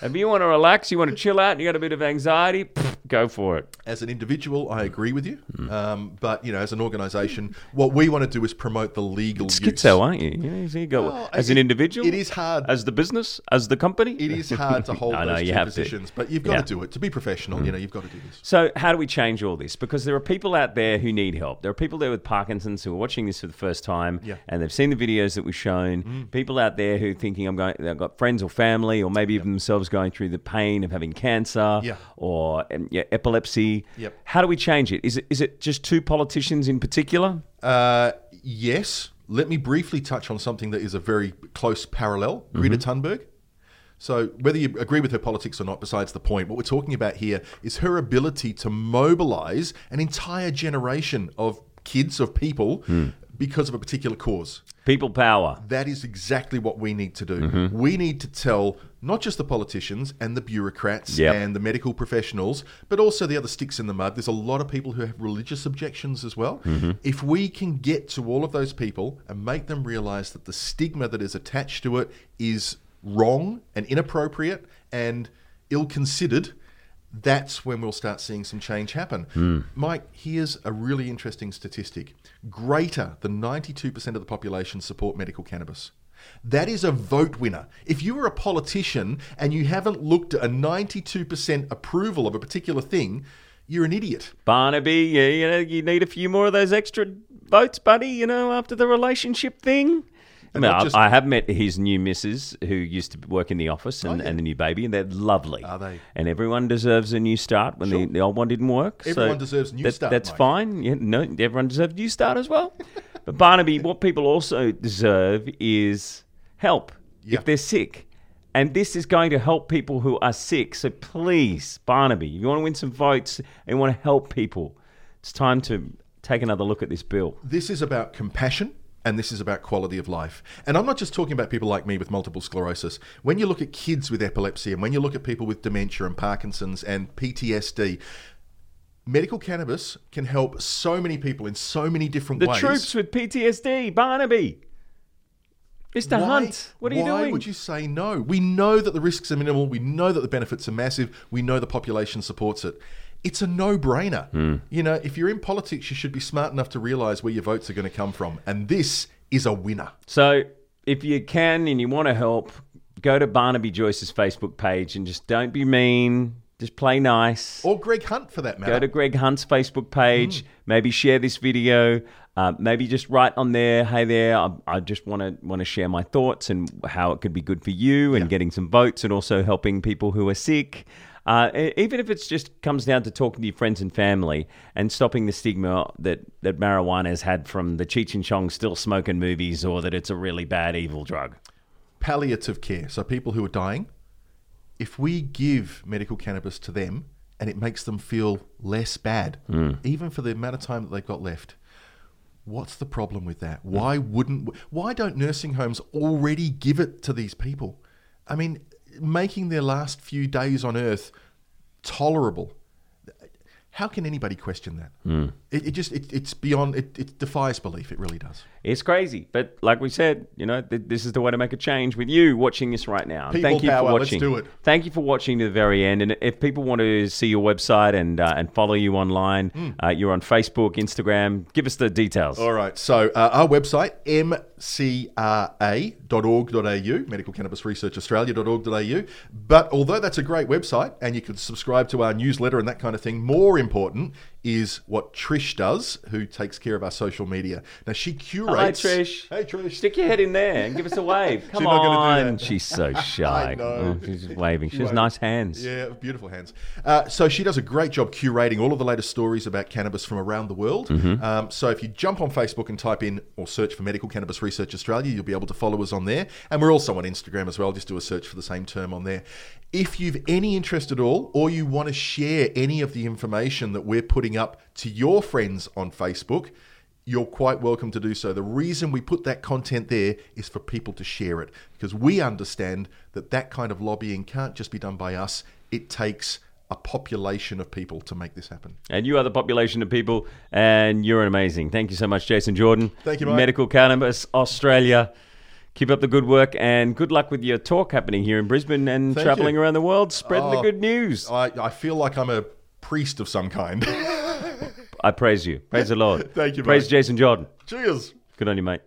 [SPEAKER 2] if you want to relax, you want to chill out, and you got a bit of anxiety, pff, go for it.
[SPEAKER 3] as an individual, I agree with you.
[SPEAKER 2] Hmm.
[SPEAKER 3] Um, but you know, as an organisation, what we want to do is promote the legal use.
[SPEAKER 2] Schizo, aren't you? You, know, you see, you go
[SPEAKER 3] Well,
[SPEAKER 2] as
[SPEAKER 3] it-
[SPEAKER 2] an individual.
[SPEAKER 3] it is hard.
[SPEAKER 2] as the business, as the company.
[SPEAKER 3] It is hard to hold
[SPEAKER 2] I
[SPEAKER 3] those
[SPEAKER 2] know, you
[SPEAKER 3] two
[SPEAKER 2] have to.
[SPEAKER 3] positions, but you've got
[SPEAKER 2] Yeah. Hmm.
[SPEAKER 3] to do it to be professional. You know, you've got to do this.
[SPEAKER 2] So, how do we change all this? Because there are people out there who need help. There are people there with Parkinson's who are watching this for the first time,
[SPEAKER 3] Yeah. Mm.
[SPEAKER 2] and they've seen the videos that we've shown. People out there who are thinking, "I'm going," they've got friends or family, or maybe even themselves going through the pain of having cancer
[SPEAKER 3] Yeah.
[SPEAKER 2] or um, yeah, epilepsy.
[SPEAKER 3] Yep.
[SPEAKER 2] How do we change it? Is it is it just two politicians in particular?
[SPEAKER 3] Uh, yes. Let me briefly touch on something that is a very close parallel Greta Thunberg. So, whether you agree with her politics or not, besides the point, what we're talking about here is her ability to mobilize an entire generation of kids, of people, because of a particular cause.
[SPEAKER 2] People power.
[SPEAKER 3] That is exactly what we need to do. We need to tell not just the politicians and the bureaucrats
[SPEAKER 2] Yep.
[SPEAKER 3] and the medical professionals, but also the other sticks in the mud. There's a lot of people who have religious objections as well. If we can get to all of those people and make them realize that the stigma that is attached to it is wrong and inappropriate and ill considered. That's when we'll start seeing some change happen. Mike, here's a really interesting statistic. Greater than 92% of the population support medical cannabis. That is a vote winner. If you are a politician and you haven't looked at a 92% approval of a particular thing, you're an idiot.
[SPEAKER 2] Barnaby, you, you know, you need a few more of those extra votes, buddy. You know, after the relationship thing. I mean,
[SPEAKER 3] not
[SPEAKER 2] I,
[SPEAKER 3] just-
[SPEAKER 2] I have met his new missus who used to work in the office and, and the new baby, and they're lovely.
[SPEAKER 3] Oh, Are they?
[SPEAKER 2] And everyone deserves a new start when the, the old one didn't work. so
[SPEAKER 3] Everyone deserves a new
[SPEAKER 2] that-
[SPEAKER 3] start,
[SPEAKER 2] That's
[SPEAKER 3] Mike.
[SPEAKER 2] fine. Yeah, no, everyone deserves a new start as well. but Barnaby, what people also deserve is help
[SPEAKER 3] Yeah.
[SPEAKER 2] if they're sick. And this is going to help people who are sick. So please, Barnaby, if you want to win some votes and you want to help people, it's time to take another look at this bill.
[SPEAKER 3] This is about compassion and this is about quality of life. And I'm not just talking about people like me with multiple sclerosis. When you look at kids with epilepsy and when you look at people with dementia and Parkinson's and PTSD, medical cannabis can help so many people in so many different
[SPEAKER 2] The
[SPEAKER 3] ways.
[SPEAKER 2] troops with PTSD, Barnaby. Mr.
[SPEAKER 3] Why-
[SPEAKER 2] Hunt, what are you
[SPEAKER 3] why
[SPEAKER 2] doing?
[SPEAKER 3] would you say no? We know that the risks are minimal. We know that the benefits are massive. We know the population supports it. It's a no-brainer.
[SPEAKER 2] Hmm.
[SPEAKER 3] You know, if you're in politics, you should be smart enough to realise where your votes are going to come from, and this is a winner.
[SPEAKER 2] So, if you can and you want to help, go to Barnaby Joyce's Facebook page and just don't be mean. Just play nice.
[SPEAKER 3] Or Greg Hunt, for that matter.
[SPEAKER 2] Go to Greg Hunt's Facebook page. Maybe share this video. Uh, maybe just write on there, "Hey there, I, I just want to want to share my thoughts and how it could be good for you, and getting some votes, and also helping people who are sick." Uh, e- even if it's just comes down to talking to your friends and family and stopping the stigma that, that marijuana has had from the Cheech and Chong still smoking movies or that it's a really bad evil drug.
[SPEAKER 3] palliative care, so people who are dying, if we give medical cannabis to them and it makes them feel less bad,
[SPEAKER 2] Mm.
[SPEAKER 3] even for the amount of time that they've got left, what's the problem with
[SPEAKER 2] Mm.
[SPEAKER 3] that? Why wouldn't? Why don't nursing homes already give it to these people? I mean, making their last few days on earth tolerable. How can anybody question that?
[SPEAKER 2] Mm.
[SPEAKER 3] It, it just it, it's beyond it, it defies belief. It really does.
[SPEAKER 2] It's crazy, but like we said, you know, th- this is the way to make a change with you watching this right now. And
[SPEAKER 3] People
[SPEAKER 2] thank you for
[SPEAKER 3] power, let's
[SPEAKER 2] watching.
[SPEAKER 3] do it.
[SPEAKER 2] Thank you for watching to the very end. And if people want to see your website and uh, and follow you online, uh, you're on Facebook, Instagram. Give us the details.
[SPEAKER 3] Hmm. All right. So uh, our website, mcra.org.au, Medical Cannabis Research Australia.org.au. But although that's a great website and you can subscribe to our newsletter and that kind of thing, more important is what Trish does, who takes care of our social media. Now she curates.
[SPEAKER 2] Hi, Trish.
[SPEAKER 3] Hey, Trish.
[SPEAKER 2] Stick your head in there and give us a wave. Come
[SPEAKER 3] She's not gonna
[SPEAKER 2] on.
[SPEAKER 3] do that.
[SPEAKER 2] She's so shy.
[SPEAKER 3] know.
[SPEAKER 2] Oh, she's just waving. She,
[SPEAKER 3] She
[SPEAKER 2] has
[SPEAKER 3] won't.
[SPEAKER 2] nice hands.
[SPEAKER 3] Yeah, beautiful hands. Uh, so she does a great job curating all of the latest stories about cannabis from around the world. Um, so if you jump on Facebook and type in or search for Medical Cannabis Research Australia, you'll be able to follow us on there. And we're also on Instagram as well. Just do a search for the same term on there. If you've any interest at all, or you want to share any of the information that we're putting up to your friends on Facebook, you're quite welcome to do so. The reason we put that content there is for people to share it because we understand that that kind of lobbying can't just be done by us. It takes a population of people to make this happen.
[SPEAKER 2] And you are the population of people, and you're amazing. Thank you so much, Jason Jordan.
[SPEAKER 3] Thank you, mate.
[SPEAKER 2] Medical Cannabis Australia. Keep up the good work, and good luck with your talk happening here in Brisbane and
[SPEAKER 3] Thank
[SPEAKER 2] traveling
[SPEAKER 3] you.
[SPEAKER 2] around the world, spreading the
[SPEAKER 3] Oh.
[SPEAKER 2] good news.
[SPEAKER 3] I, I feel like I'm a priest of some kind.
[SPEAKER 2] I praise you. Praise the Lord.
[SPEAKER 3] Thank you,
[SPEAKER 2] Praise
[SPEAKER 3] mate.
[SPEAKER 2] Jason Jordan.
[SPEAKER 3] Cheers.
[SPEAKER 2] Good on you, mate.